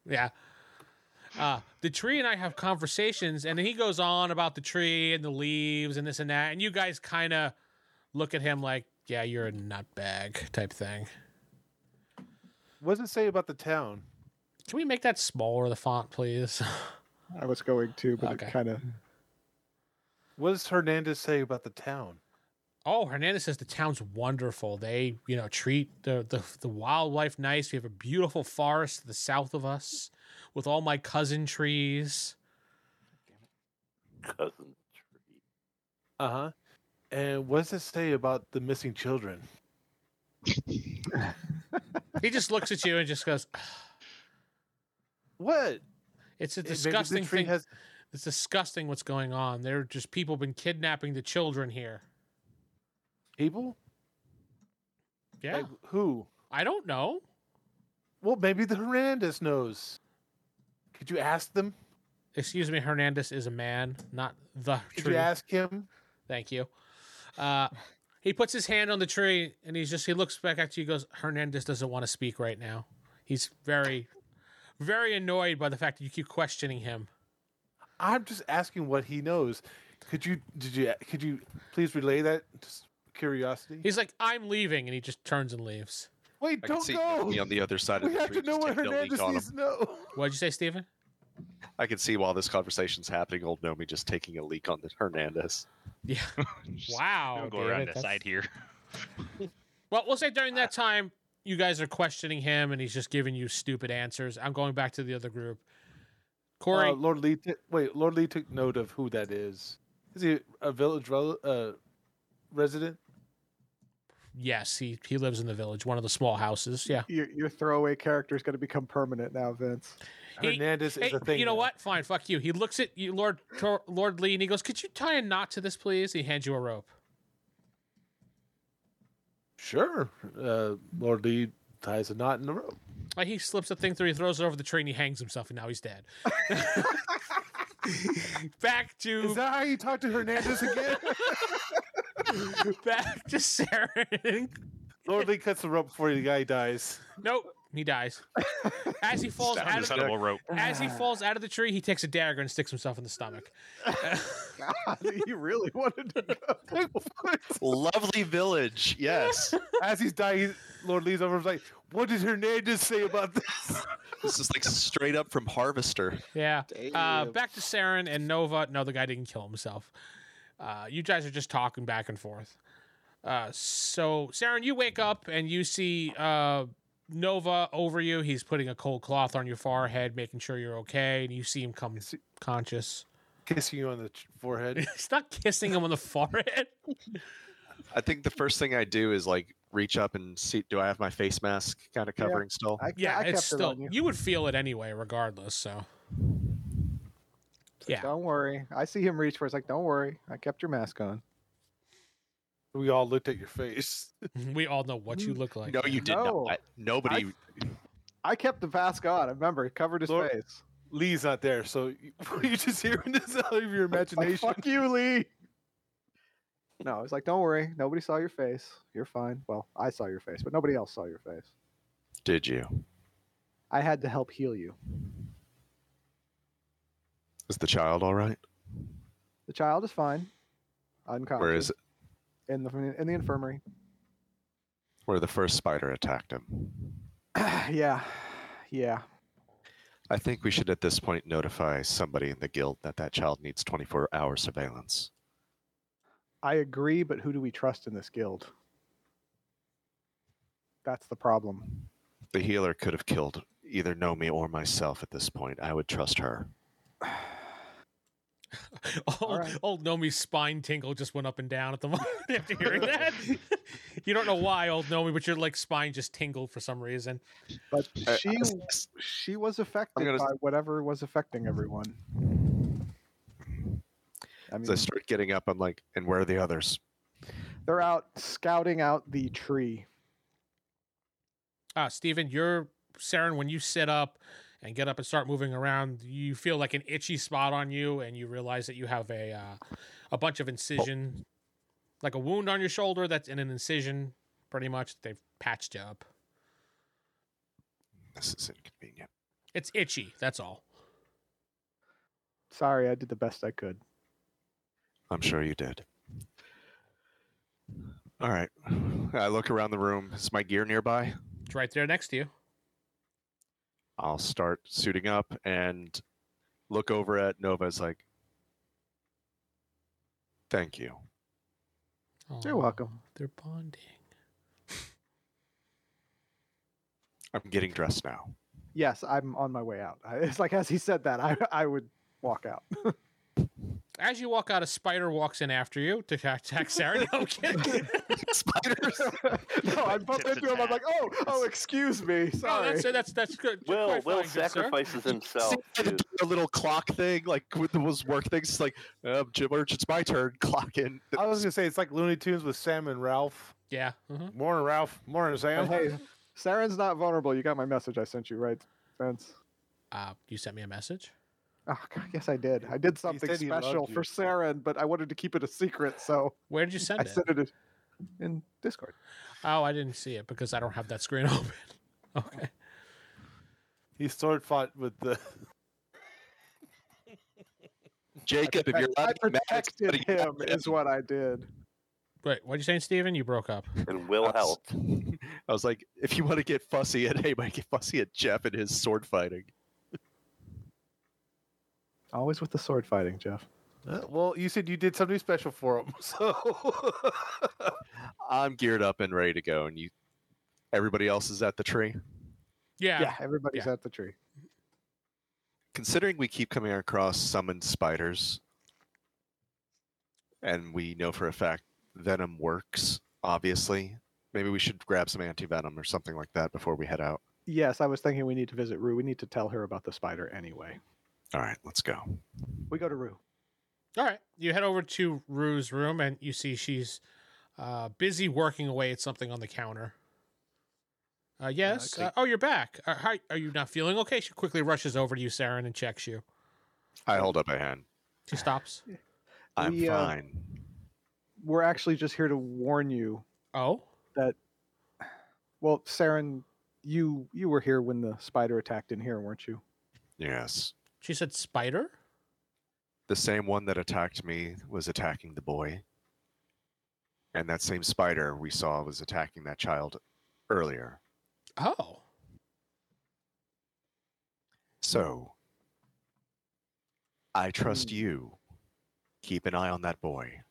Speaker 2: Yeah. Uh, the tree and I have conversations, and then he goes on about the tree and the leaves and this and that, and you guys kind of look at him like, "Yeah, you're a nutbag" type thing.
Speaker 5: What does it say about the town?
Speaker 2: Can we make that smaller the font, please? *laughs*
Speaker 8: I was going to, but
Speaker 2: Okay.
Speaker 8: it kind of.
Speaker 5: What does Hernandez say about the town?
Speaker 2: oh, Hernandez says the town's wonderful. They, you know, treat the the, the wildlife nice. We have a beautiful forest to the south of us, with all my cousin trees.
Speaker 7: Cousin tree.
Speaker 5: Uh
Speaker 2: Uh-huh.
Speaker 5: huh. And what does it say about the missing children?
Speaker 2: He just looks at you and just goes,
Speaker 5: What?
Speaker 2: "It's a
Speaker 5: Maybe the
Speaker 2: disgusting
Speaker 5: tree
Speaker 2: thing.
Speaker 5: has-
Speaker 2: it's disgusting what's going on. They're just people been kidnapping the children here."
Speaker 5: people?
Speaker 2: Yeah,
Speaker 5: Like, who?
Speaker 2: I don't know.
Speaker 5: Well, maybe the Hernandez knows. Could you ask them?
Speaker 2: Excuse me, Hernandez is a man, not the
Speaker 5: Could
Speaker 2: tree.
Speaker 5: you ask him?
Speaker 2: Thank you. Uh, he puts his hand on the tree and he's just he looks back at you. He goes, Hernandez doesn't want to speak right now. He's very, very annoyed by the fact that you keep questioning him.
Speaker 5: I'm just asking what he knows. Could you? Did you? Could you please relay that? Just curiosity.
Speaker 2: He's like, I'm leaving, and he just turns and leaves.
Speaker 5: Wait,
Speaker 9: I can
Speaker 5: don't
Speaker 9: see
Speaker 5: go.
Speaker 9: me on the other side of
Speaker 5: We
Speaker 9: the
Speaker 5: have
Speaker 9: tree.
Speaker 5: to know
Speaker 9: just
Speaker 5: what
Speaker 9: taking a
Speaker 5: Hernandez
Speaker 9: leak on him.
Speaker 5: needs to know.
Speaker 2: What'd you say, Steven?
Speaker 9: I can see while this conversation's happening, old Nomi just taking a leak on the Hernandez.
Speaker 2: Yeah.
Speaker 6: *laughs* Just
Speaker 2: Wow.
Speaker 6: I'll go around
Speaker 2: David, that's-
Speaker 6: the side here.
Speaker 2: Well, we'll say during
Speaker 5: Ah.
Speaker 2: that time, you guys are questioning him, and he's just giving you stupid answers. I'm going back to the other group. Corey,
Speaker 5: Uh, Lord Lee, t- wait, Lord Lee took note of who that is. Is he a village rel- uh, resident?
Speaker 2: yes, he he lives in the village, one of the small houses. Yeah.
Speaker 8: Your, your throwaway character is going to become permanent now, Vince. *laughs*
Speaker 2: He-
Speaker 5: Hernandez is
Speaker 2: Hey,
Speaker 5: a thing.
Speaker 2: you know
Speaker 5: now.
Speaker 2: what? Fine, fuck you. He looks at you, Lord Tor- Lord Lee, and he goes, "Could you tie a knot to this, please?" He hands you a rope.
Speaker 5: Sure. Uh, Lord Lee ties a knot in the rope.
Speaker 2: Like he slips a thing through, he throws it over the tree, and he hangs himself, and now he's
Speaker 5: *laughs*
Speaker 2: dead. back to
Speaker 5: Is that how you talk to Hernandez again?
Speaker 2: back to Saren.
Speaker 5: *laughs*
Speaker 2: *laughs*
Speaker 5: Lord Lee cuts the rope before the guy *laughs* dies.
Speaker 2: Nope, he dies. As he falls out of
Speaker 6: Incredible
Speaker 2: the,
Speaker 6: rope.
Speaker 2: as he falls out of the tree, he takes a dagger and sticks himself in the stomach.
Speaker 8: God, you really wanted to go.
Speaker 9: Lovely village, yes.
Speaker 5: As he's dying, Lord Lee's over like, "What did Hernandez say about this?"
Speaker 9: *laughs*
Speaker 5: *laughs*
Speaker 9: this is like straight up from Harvester.
Speaker 2: Yeah. Uh, back to Saren and Nova. No, the guy didn't kill himself. Uh, you guys are just talking back and forth. Uh, so, Saren, you wake up and you see uh, Nova over you. He's putting a cold cloth on your forehead, making sure you're okay. And you see him come
Speaker 5: Is he-
Speaker 2: conscious. *laughs*
Speaker 5: Kissing you on the ch- forehead.
Speaker 2: He's not kissing him on the forehead.
Speaker 9: I think the first thing I do is like reach up and see do I have my face mask kind of covering still?
Speaker 8: I,
Speaker 2: Yeah,
Speaker 8: I kept
Speaker 2: it's
Speaker 8: it
Speaker 2: still.
Speaker 8: on
Speaker 2: You.
Speaker 8: you.
Speaker 2: would feel it anyway, regardless. So, *laughs* yeah.
Speaker 8: Don't worry. I see him reach for. it. It's like, don't worry. I kept your mask on.
Speaker 5: We all looked at your face.
Speaker 2: we all know what you look like.
Speaker 9: no, you did
Speaker 8: No.
Speaker 9: not. Nobody
Speaker 8: I kept the mask on. I remember. It covered his
Speaker 5: Lord-
Speaker 8: face.
Speaker 5: Lee's not there, so you, *laughs* you're just hearing this out of your
Speaker 8: Like,
Speaker 5: imagination.
Speaker 8: Fuck you, Lee. No, it's like, don't worry. Nobody saw your face. You're fine. Well, I saw your face, but nobody else saw your face.
Speaker 9: did you.
Speaker 8: I had to help heal you.
Speaker 9: Is the child all right?
Speaker 8: The child is fine. Unconscious.
Speaker 9: Where is
Speaker 8: In the in the infirmary. *clears throat*
Speaker 9: where the first spider attacked him?
Speaker 8: yeah, yeah.
Speaker 9: I think we should at this point notify somebody in the guild that that child needs 24 hour surveillance.
Speaker 8: I agree, but who do we trust in this guild? That's the problem.
Speaker 9: The healer could have killed either Nomi or myself at this point. I would trust her.
Speaker 2: Old,
Speaker 8: right.
Speaker 2: old Nomi's spine tingle just went up and down at the *laughs* moment after hearing that. *laughs* you don't know why, old Nomi, but your like spine just tingled for some reason.
Speaker 8: But
Speaker 9: I-
Speaker 8: she she was affected
Speaker 9: gonna-
Speaker 8: by whatever was affecting everyone. I
Speaker 9: As I
Speaker 8: mean,
Speaker 9: start getting up, I'm like, and where are the others?
Speaker 8: they're out scouting out the tree.
Speaker 2: Ah, Steven, you're Saren, when you sit up and get up and start moving around, you feel like an itchy spot on you, and you realize that you have a uh, a bunch of incision, like a wound on your shoulder that's in an incision, pretty much. They've patched you up.
Speaker 9: This is inconvenient.
Speaker 2: It's itchy, that's all.
Speaker 8: Sorry, I did the best I could.
Speaker 9: I'm sure you did. All right. I look around the room. Is my gear nearby?
Speaker 2: It's right there next to you.
Speaker 9: I'll start suiting up and look over at Nova's like, thank you.
Speaker 8: You're welcome.
Speaker 2: They're bonding.
Speaker 9: I'm getting dressed *laughs* now.
Speaker 8: *laughs* Yes, I'm on my way out. I, it's like as he said that, I I would walk out.
Speaker 2: As you walk out, a spider walks in after you to attack attack Sarah. No,
Speaker 8: *laughs*
Speaker 2: I'm kidding. *laughs*
Speaker 9: Spiders.
Speaker 8: no, I bumped
Speaker 6: Tips
Speaker 8: into him. I'm
Speaker 6: attack.
Speaker 8: like, oh, oh, excuse me.
Speaker 2: No,
Speaker 8: Sorry.
Speaker 2: that's uh, that's that's good.
Speaker 7: Will
Speaker 2: Quite fine,
Speaker 7: Will
Speaker 2: good sir. *laughs*
Speaker 7: sacrifices himself.
Speaker 9: See, I had to
Speaker 7: to-
Speaker 9: do a little clock thing, like with those work things. It's like, um, Jim Arch, it's my turn. *laughs* Clock in.
Speaker 5: I was gonna say it's like Looney Tunes with Sam and Ralph.
Speaker 2: Yeah. mhm.
Speaker 5: Morning, Ralph. Morning,
Speaker 8: But *laughs*
Speaker 5: Sam.
Speaker 8: hey, Saren's not vulnerable. You got my message I sent you, right, Vince?
Speaker 2: Uh, you sent me a message.
Speaker 8: Oh, God, yes, I did. I did something
Speaker 5: said he loved
Speaker 8: special
Speaker 5: you.
Speaker 8: for Saren, but I wanted to keep it a secret, so
Speaker 2: Where did you send
Speaker 8: I
Speaker 2: it?
Speaker 8: sent it in Discord.
Speaker 2: oh, I didn't see it because I don't have that screen *laughs* open. Okay.
Speaker 5: He sword fought with the. *laughs*
Speaker 9: Jacob, if you're
Speaker 8: I
Speaker 9: allowed to be mad, it's
Speaker 8: protected
Speaker 9: better you-
Speaker 8: him, is what I did.
Speaker 2: Wait, what are you saying, Steven? You broke up.
Speaker 7: and Will
Speaker 9: That's-
Speaker 5: *laughs*
Speaker 7: helped.
Speaker 9: *laughs* I was like, if you want to get fussy at *laughs* anybody, get fussy at Jeff and his sword fighting.
Speaker 8: Always with the sword fighting, Jeff.
Speaker 5: Uh, Well, you said you did something special for him, *laughs* so
Speaker 9: I'm geared up and ready to go, and you, everybody else is at the tree.
Speaker 2: Yeah.
Speaker 8: Yeah, everybody's at the tree.
Speaker 9: Considering we keep coming across summoned spiders, and we know for a fact venom works, obviously, maybe we should grab some anti venom or something like that before we head out.
Speaker 8: Yes, I was thinking we need to visit Rue. We need to tell her about the spider anyway.
Speaker 9: All right, let's go.
Speaker 8: We go to Rue.
Speaker 2: All right. You head over to Rue's room and you see she's uh, busy working away at something on the counter. Uh, yes.
Speaker 9: okay.
Speaker 2: Uh, oh, you're back. Uh, hi, are you not feeling okay? She quickly rushes over to you, Saren, and checks you.
Speaker 9: I hold up a hand.
Speaker 2: She stops.
Speaker 9: I'm
Speaker 8: We, uh,
Speaker 9: fine.
Speaker 8: We're actually just here to warn you.
Speaker 2: Oh.
Speaker 8: Well, Saren, you you were here when the spider attacked in here, weren't you?
Speaker 9: Yes.
Speaker 2: She said spider?
Speaker 9: The same one that attacked me was attacking the boy. And that same spider we saw was attacking that child earlier.
Speaker 2: Oh.
Speaker 9: So, I trust
Speaker 8: Hmm.
Speaker 9: you. Keep an eye on that boy.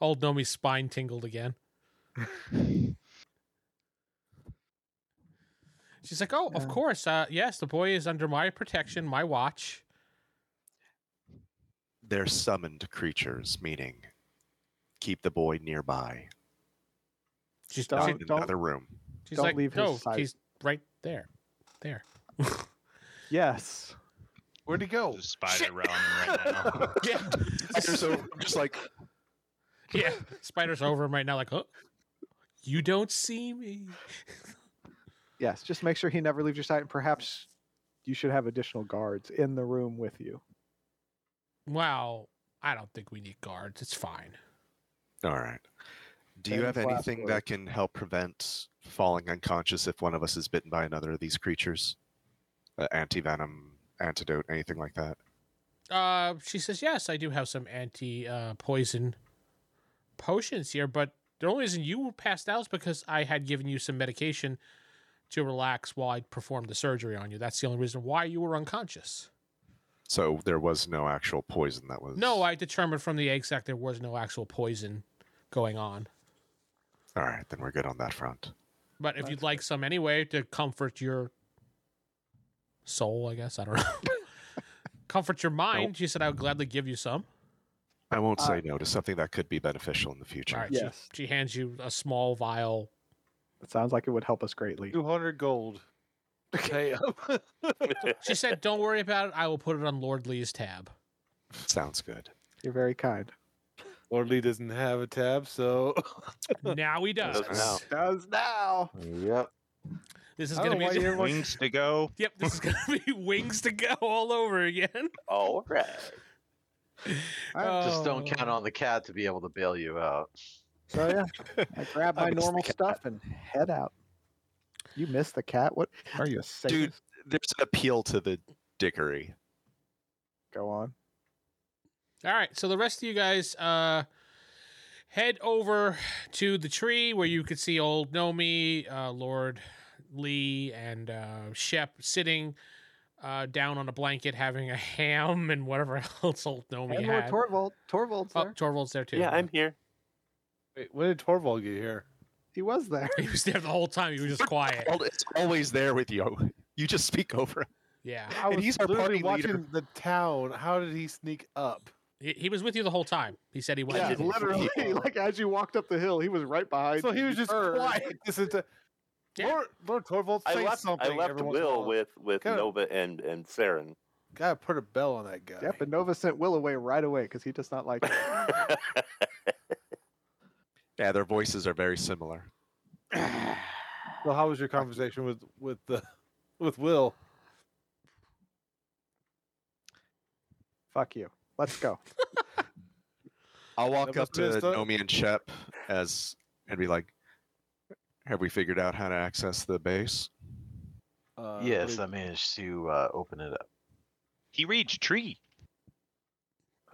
Speaker 2: Old Nomi's spine tingled again. *laughs* She's like, "Oh, of
Speaker 8: Yeah.
Speaker 2: course. Uh, yes, the boy is under my protection, my watch.
Speaker 9: They're summoned creatures, meaning keep the boy nearby,
Speaker 2: She's,
Speaker 8: Don't-
Speaker 9: not
Speaker 2: she-
Speaker 9: in
Speaker 8: don't-
Speaker 9: another room.
Speaker 2: she's
Speaker 8: don't
Speaker 2: like,
Speaker 8: leave his
Speaker 2: no,
Speaker 8: sight."
Speaker 2: he's right
Speaker 8: *laughs*
Speaker 2: there, there.
Speaker 8: Yes.
Speaker 5: where'd he
Speaker 2: Oh,
Speaker 5: go?
Speaker 6: The spider realm right now.
Speaker 2: *laughs*
Speaker 5: *laughs*
Speaker 2: yeah,
Speaker 9: so I'm just like,
Speaker 2: yeah. Spider's over him right now. Like, huh? You don't see me.
Speaker 8: Yes, just make sure he never leaves your sight, and perhaps you should have additional guards in the room with you.
Speaker 2: Wow. I don't think we need guards. It's fine.
Speaker 9: All right. Do
Speaker 8: Same
Speaker 9: you have
Speaker 8: class
Speaker 9: anything
Speaker 8: word.
Speaker 9: that can help prevent falling unconscious if one of us is bitten by another of these creatures? Uh, Anti venom, antidote, anything like that?
Speaker 2: Uh, she says, "Yes, I do have some anti uh, poison potions here, but the only reason you were passed out is because I had given you some medication to relax while I performed the surgery on you. That's the only reason why you were unconscious.
Speaker 9: So there was no actual poison that was.
Speaker 2: No, I determined from the egg sac there was no actual poison going on.
Speaker 9: All right, then we're good on that front.
Speaker 2: But if you'd like some anyway to comfort your soul, I guess I don't know." Comfort your mind. She said, I would gladly give you some.
Speaker 9: I won't
Speaker 8: Uh,
Speaker 9: say no to something that could be beneficial in the future.
Speaker 2: All right.
Speaker 8: Yes.
Speaker 2: She, she hands you a small vial.
Speaker 8: It sounds like it would help us greatly.
Speaker 5: Two hundred gold. Damn.
Speaker 2: She said, Don't worry about it. I will put it on Lord Lee's tab.
Speaker 9: Sounds good.
Speaker 8: You're very kind.
Speaker 5: *laughs* Lord Lee doesn't have a tab, so *laughs*
Speaker 2: Now he does.
Speaker 7: Does now.
Speaker 8: Does now.
Speaker 4: Yep.
Speaker 2: This is
Speaker 5: I don't
Speaker 2: going
Speaker 5: know
Speaker 2: to
Speaker 5: why
Speaker 2: be. *laughs*
Speaker 5: everyone-
Speaker 6: Wings to go.
Speaker 2: Yep, this is going to be *laughs* wings to go all over again. *laughs*
Speaker 7: All right.
Speaker 4: Just don't
Speaker 2: Oh.
Speaker 4: count on the cat to be able to bail you out.
Speaker 8: So yeah, I grab
Speaker 9: I
Speaker 8: my
Speaker 9: miss the
Speaker 8: normal
Speaker 9: cat.
Speaker 8: stuff and head out. You missed the cat. What are you saying?
Speaker 9: Dude. *laughs* There's an appeal to the dickery.
Speaker 8: Go on.
Speaker 2: All right, so the rest of you guys uh, head over to the tree where you could see old Nomi, uh, Lord Lee, and uh, Shep sitting uh, down on a blanket having a *laughs* ham and whatever *laughs* else old Nomi
Speaker 8: And
Speaker 2: had.
Speaker 8: Lord Torvald. Torvald's
Speaker 2: oh,
Speaker 8: there.
Speaker 2: Torvald's there too.
Speaker 7: *laughs* Yeah, I'm here.
Speaker 5: Wait, when did Torvald get here?
Speaker 8: He
Speaker 2: *laughs*
Speaker 8: was there. *laughs*
Speaker 2: He was there the whole time. He was just quiet.
Speaker 9: Well, It's always there with you. You just speak over him.
Speaker 2: Yeah.
Speaker 5: I
Speaker 9: And
Speaker 5: was
Speaker 9: he's our
Speaker 5: literally
Speaker 9: party
Speaker 5: watching
Speaker 9: leader.
Speaker 5: the town. How did he sneak up?
Speaker 2: He, he was with you the whole time. He said he was.
Speaker 8: yeah,
Speaker 7: didn't see
Speaker 8: literally.
Speaker 7: that.
Speaker 5: *laughs*
Speaker 8: Like as you walked up the hill, he was right behind.
Speaker 5: So he was just
Speaker 8: her.
Speaker 5: quiet. This is a,
Speaker 2: Yeah.
Speaker 5: Lord, Lord Torvald
Speaker 7: I
Speaker 5: say
Speaker 7: left, I
Speaker 5: something.
Speaker 7: left
Speaker 5: every once in a
Speaker 7: Will
Speaker 5: while.
Speaker 7: with, with
Speaker 5: Go.
Speaker 7: Nova and, and Saren. *laughs*
Speaker 5: Gotta put a bell on that guy.
Speaker 8: Yep, and Nova sent Will away right away because he does not like. it.
Speaker 9: Yeah, their voices are very similar.
Speaker 5: Well, how was your conversation with with the *laughs* with Will?
Speaker 8: Fuck you. Let's go.
Speaker 9: I'll walk
Speaker 5: That
Speaker 9: up
Speaker 5: must
Speaker 9: to
Speaker 5: be a start.
Speaker 9: Nomi and Shep as and be like, "Have we figured out how to access the base?"
Speaker 5: Uh,
Speaker 4: yes,
Speaker 5: please-
Speaker 4: I managed to uh, open it up.
Speaker 6: He reads tree.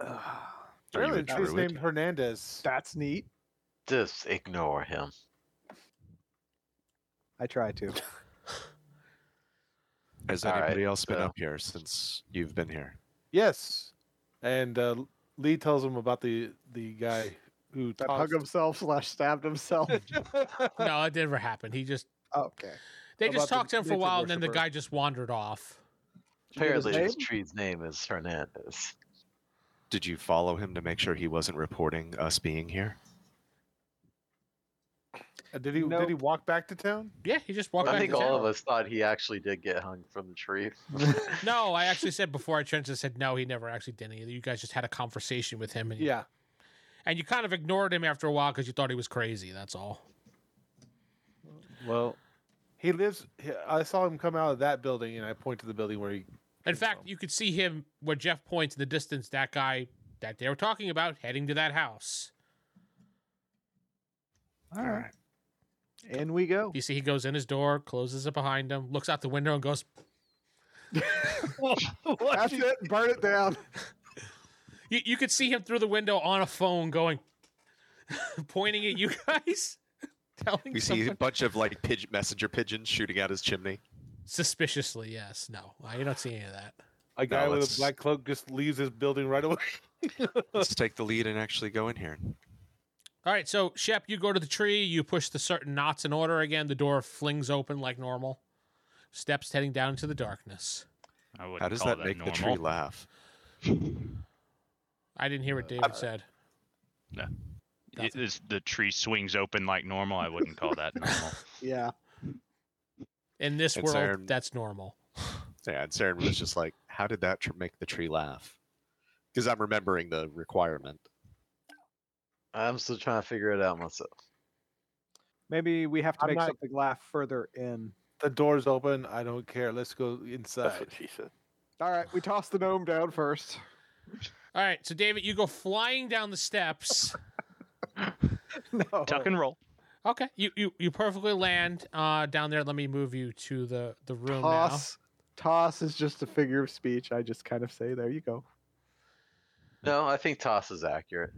Speaker 9: Are you
Speaker 5: Apparently,
Speaker 9: a
Speaker 5: the tree's
Speaker 9: druid?
Speaker 5: named Hernandez.
Speaker 8: That's neat.
Speaker 4: Just ignore him.
Speaker 8: I try to.
Speaker 9: Has
Speaker 4: All right,
Speaker 9: anybody else been
Speaker 4: so-
Speaker 9: up here since you've been here?
Speaker 5: Yes, and uh, Lee tells him about the the guy who
Speaker 8: That
Speaker 5: talks-
Speaker 8: hung himself slash stabbed himself.
Speaker 2: No, it never happened. He just
Speaker 8: okay.
Speaker 2: they
Speaker 5: About
Speaker 2: just
Speaker 5: the
Speaker 2: talked to him for a
Speaker 5: nature
Speaker 2: while, and then the
Speaker 5: worshipper.
Speaker 2: guy just wandered off.
Speaker 4: Apparently, this
Speaker 8: name?
Speaker 4: tree's name is Hernandez.
Speaker 9: Did you follow him to make sure he wasn't reporting us being here?
Speaker 5: Uh, Did he
Speaker 8: No.
Speaker 5: did he walk back to town?
Speaker 2: Yeah, he just walked.
Speaker 4: I
Speaker 2: back
Speaker 4: think
Speaker 2: to
Speaker 4: all
Speaker 2: town.
Speaker 4: of us thought he actually did get hung from the
Speaker 7: *laughs*
Speaker 4: tree. *laughs*
Speaker 2: No, I actually said before I changed. I said no, he never actually did either. You guys just had a conversation with him, and you,
Speaker 5: Yeah.
Speaker 2: and you kind of ignored him after a while because you thought he was crazy. That's all.
Speaker 5: Well, he lives. he- I saw him come out of that building, and I point to the building where he.
Speaker 2: In fact, you could see him where Jeff points in the distance. That guy that they were talking about heading to that house.
Speaker 8: All right. In we go.
Speaker 2: You see, he goes in his door, closes it behind him, looks out the window, and goes.
Speaker 8: That's it. Burn it down.
Speaker 2: You, you could see him through the window on a phone, going, *laughs* pointing at you guys, *laughs* telling
Speaker 9: We see a
Speaker 2: someone
Speaker 9: bunch of like pigeon, messenger pigeons shooting out his chimney.
Speaker 2: suspiciously. Yes, no, uh, you don't see any of that.
Speaker 5: A guy with a
Speaker 9: let's-
Speaker 5: black cloak just leaves his building right away. *laughs*
Speaker 9: Let's take the lead and actually go in here.
Speaker 2: All right, so Shep, you go to the tree, you push the certain knots in order again. The door flings open like normal. Steps heading down into the darkness.
Speaker 6: I would
Speaker 9: How does
Speaker 6: call
Speaker 9: that make the tree
Speaker 6: normal.
Speaker 9: laugh?
Speaker 2: I didn't hear what David said.
Speaker 6: It is- the tree swings open like normal. I wouldn't call
Speaker 2: *laughs*
Speaker 6: that normal.
Speaker 8: Yeah.
Speaker 2: In this
Speaker 9: And
Speaker 2: world,
Speaker 9: Saren-
Speaker 2: that's normal.
Speaker 9: Yeah, and Saren was just like, "How did that tr- make the tree laugh?" Because I'm remembering the requirement.
Speaker 4: I'm still trying to figure it out myself.
Speaker 8: Maybe we have to
Speaker 5: I'm
Speaker 8: make
Speaker 5: not-
Speaker 8: something laugh further in.
Speaker 5: The door's open. I don't care. Let's *laughs* go
Speaker 7: That's
Speaker 5: inside.
Speaker 7: what she said.
Speaker 8: All right. We toss the gnome down first. *laughs*
Speaker 2: All right, so David, you go flying down the steps.
Speaker 8: No.
Speaker 6: Tuck and roll.
Speaker 2: Okay, you you, you perfectly land uh, down there. Let me move you to the the room
Speaker 8: Toss. Toss is just a figure of speech. I just kind of say, there you go.
Speaker 4: No, I think Toss is accurate.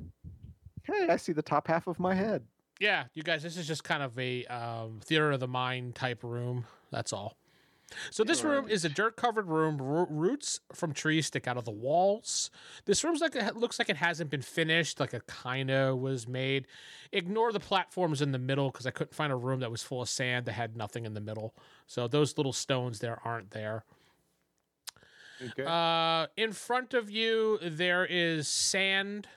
Speaker 8: Hey, I see the top half of my head.
Speaker 2: now. Yeah, you guys, this is just kind of a um, theater of the mind type room. That's all. So this room is a dirt covered room. Ro- roots from trees stick out of the walls. This room's like it looks like it hasn't been finished. Like it kind of was made. Ignore the platforms in the middle because I couldn't find a room that was full of sand that had nothing in the middle. So those little stones there aren't there.
Speaker 5: Okay.
Speaker 2: Uh, in front of you, there is sand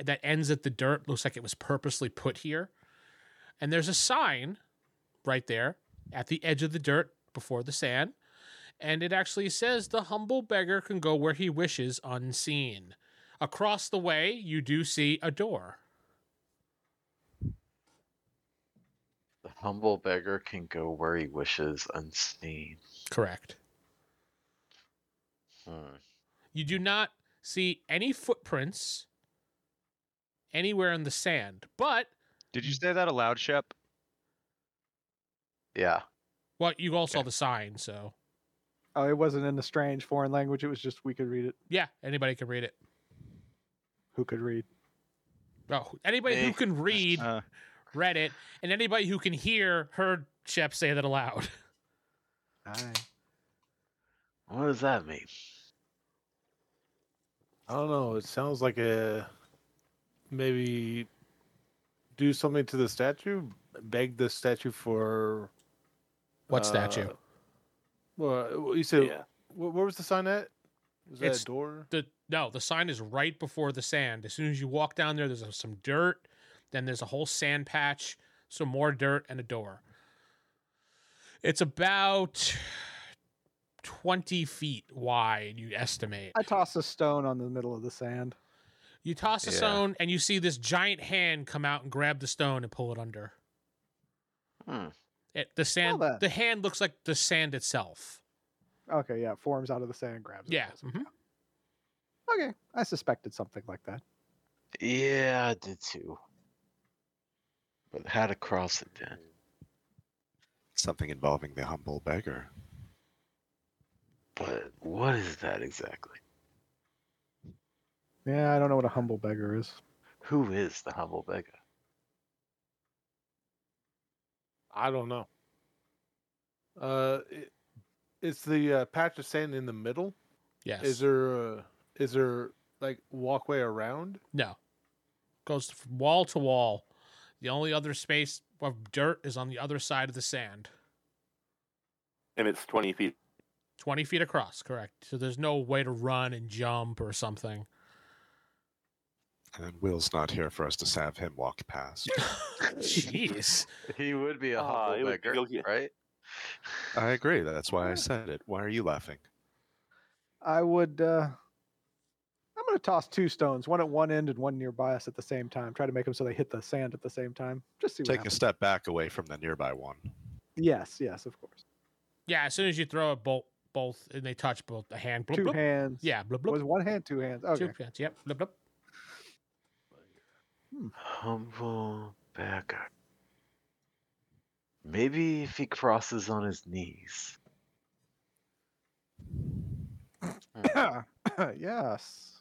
Speaker 2: that ends at the dirt. Looks like it was purposely put here. And there's a sign right there at the edge of the dirt before the sand. And it actually says the humble beggar can go where he wishes unseen. Across the way, you do see a door.
Speaker 4: The humble beggar can go where he wishes unseen.
Speaker 2: Correct.
Speaker 4: Hmm.
Speaker 2: You do not see any footprints anywhere in the sand, but
Speaker 6: Did you say that aloud, Shep?
Speaker 4: Yeah.
Speaker 2: well, you all saw the sign, so
Speaker 8: Oh, it wasn't in a strange foreign language. It was just we could read it.
Speaker 2: yeah, anybody can read it.
Speaker 8: Who could read?
Speaker 2: Oh, anybody
Speaker 4: Me.
Speaker 2: who can read
Speaker 6: Uh,
Speaker 2: read it, and anybody who can hear heard Shep say that aloud. *laughs*
Speaker 4: What does that mean?
Speaker 5: I don't know. It sounds like a maybe do something to the statue, beg the statue for
Speaker 2: What
Speaker 5: uh,
Speaker 2: statue?
Speaker 5: Well, you said
Speaker 7: Yeah.
Speaker 5: wh- where was the sign at? Was that
Speaker 2: It's-
Speaker 5: a door?
Speaker 2: The No, the sign is right before the sand. As soon as you walk down there, there's uh, some dirt, then there's a whole sand patch, some more dirt, and a door. It's about 20 feet wide, you estimate.
Speaker 8: I toss a stone on the middle of the sand.
Speaker 2: You toss a
Speaker 4: Yeah.
Speaker 2: stone, and you see this giant hand come out and grab the stone and pull it under.
Speaker 4: Hmm.
Speaker 2: It, the sand,
Speaker 8: that.
Speaker 2: the hand looks like the sand itself.
Speaker 8: Okay, yeah, it forms out of the sand, grabs it.
Speaker 2: Yeah. mhm.
Speaker 8: Okay, I suspected something like that.
Speaker 4: Yeah, I did too. But how to cross it then?
Speaker 9: Something involving the humble beggar.
Speaker 4: But what is that exactly?
Speaker 8: Yeah, I don't know what a humble beggar is.
Speaker 4: Who is the humble beggar?
Speaker 5: I don't know. Uh, it, it's the uh, patch of sand in the middle.
Speaker 2: Yes.
Speaker 5: Is there a, is there like walkway around?
Speaker 2: No. Goes from wall to wall. The only other space of dirt is on the other side of the sand.
Speaker 7: and it's twenty feet.
Speaker 2: 20 feet across, correct. So there's no way to run and jump or something.
Speaker 9: And then Will's not here for us to have him walk past.
Speaker 2: Jeez.
Speaker 4: He would be a
Speaker 7: Ah,
Speaker 4: humble
Speaker 7: he would be
Speaker 4: beggar,
Speaker 7: guilty.
Speaker 4: right?
Speaker 9: I agree. That's why I said it. Why are you laughing?
Speaker 8: I would. uh I'm going to toss two stones, one at one end and one nearby us at the same time. Try to make them so they hit the sand at the same time. Just see what
Speaker 9: Take a
Speaker 8: happens.
Speaker 9: step back away from the nearby one.
Speaker 8: Yes, yes, of course.
Speaker 2: yeah, as soon as you throw it, both, both and they touch both the hand. Bloop,
Speaker 8: two
Speaker 2: bloop.
Speaker 8: hands.
Speaker 2: Yeah, bloop, bloop.
Speaker 8: Was one hand, two hands. Okay.
Speaker 2: Two hands. Yep. Bloop, bloop.
Speaker 4: Humble beggar. Maybe if he crosses on his knees.
Speaker 8: *coughs* yes.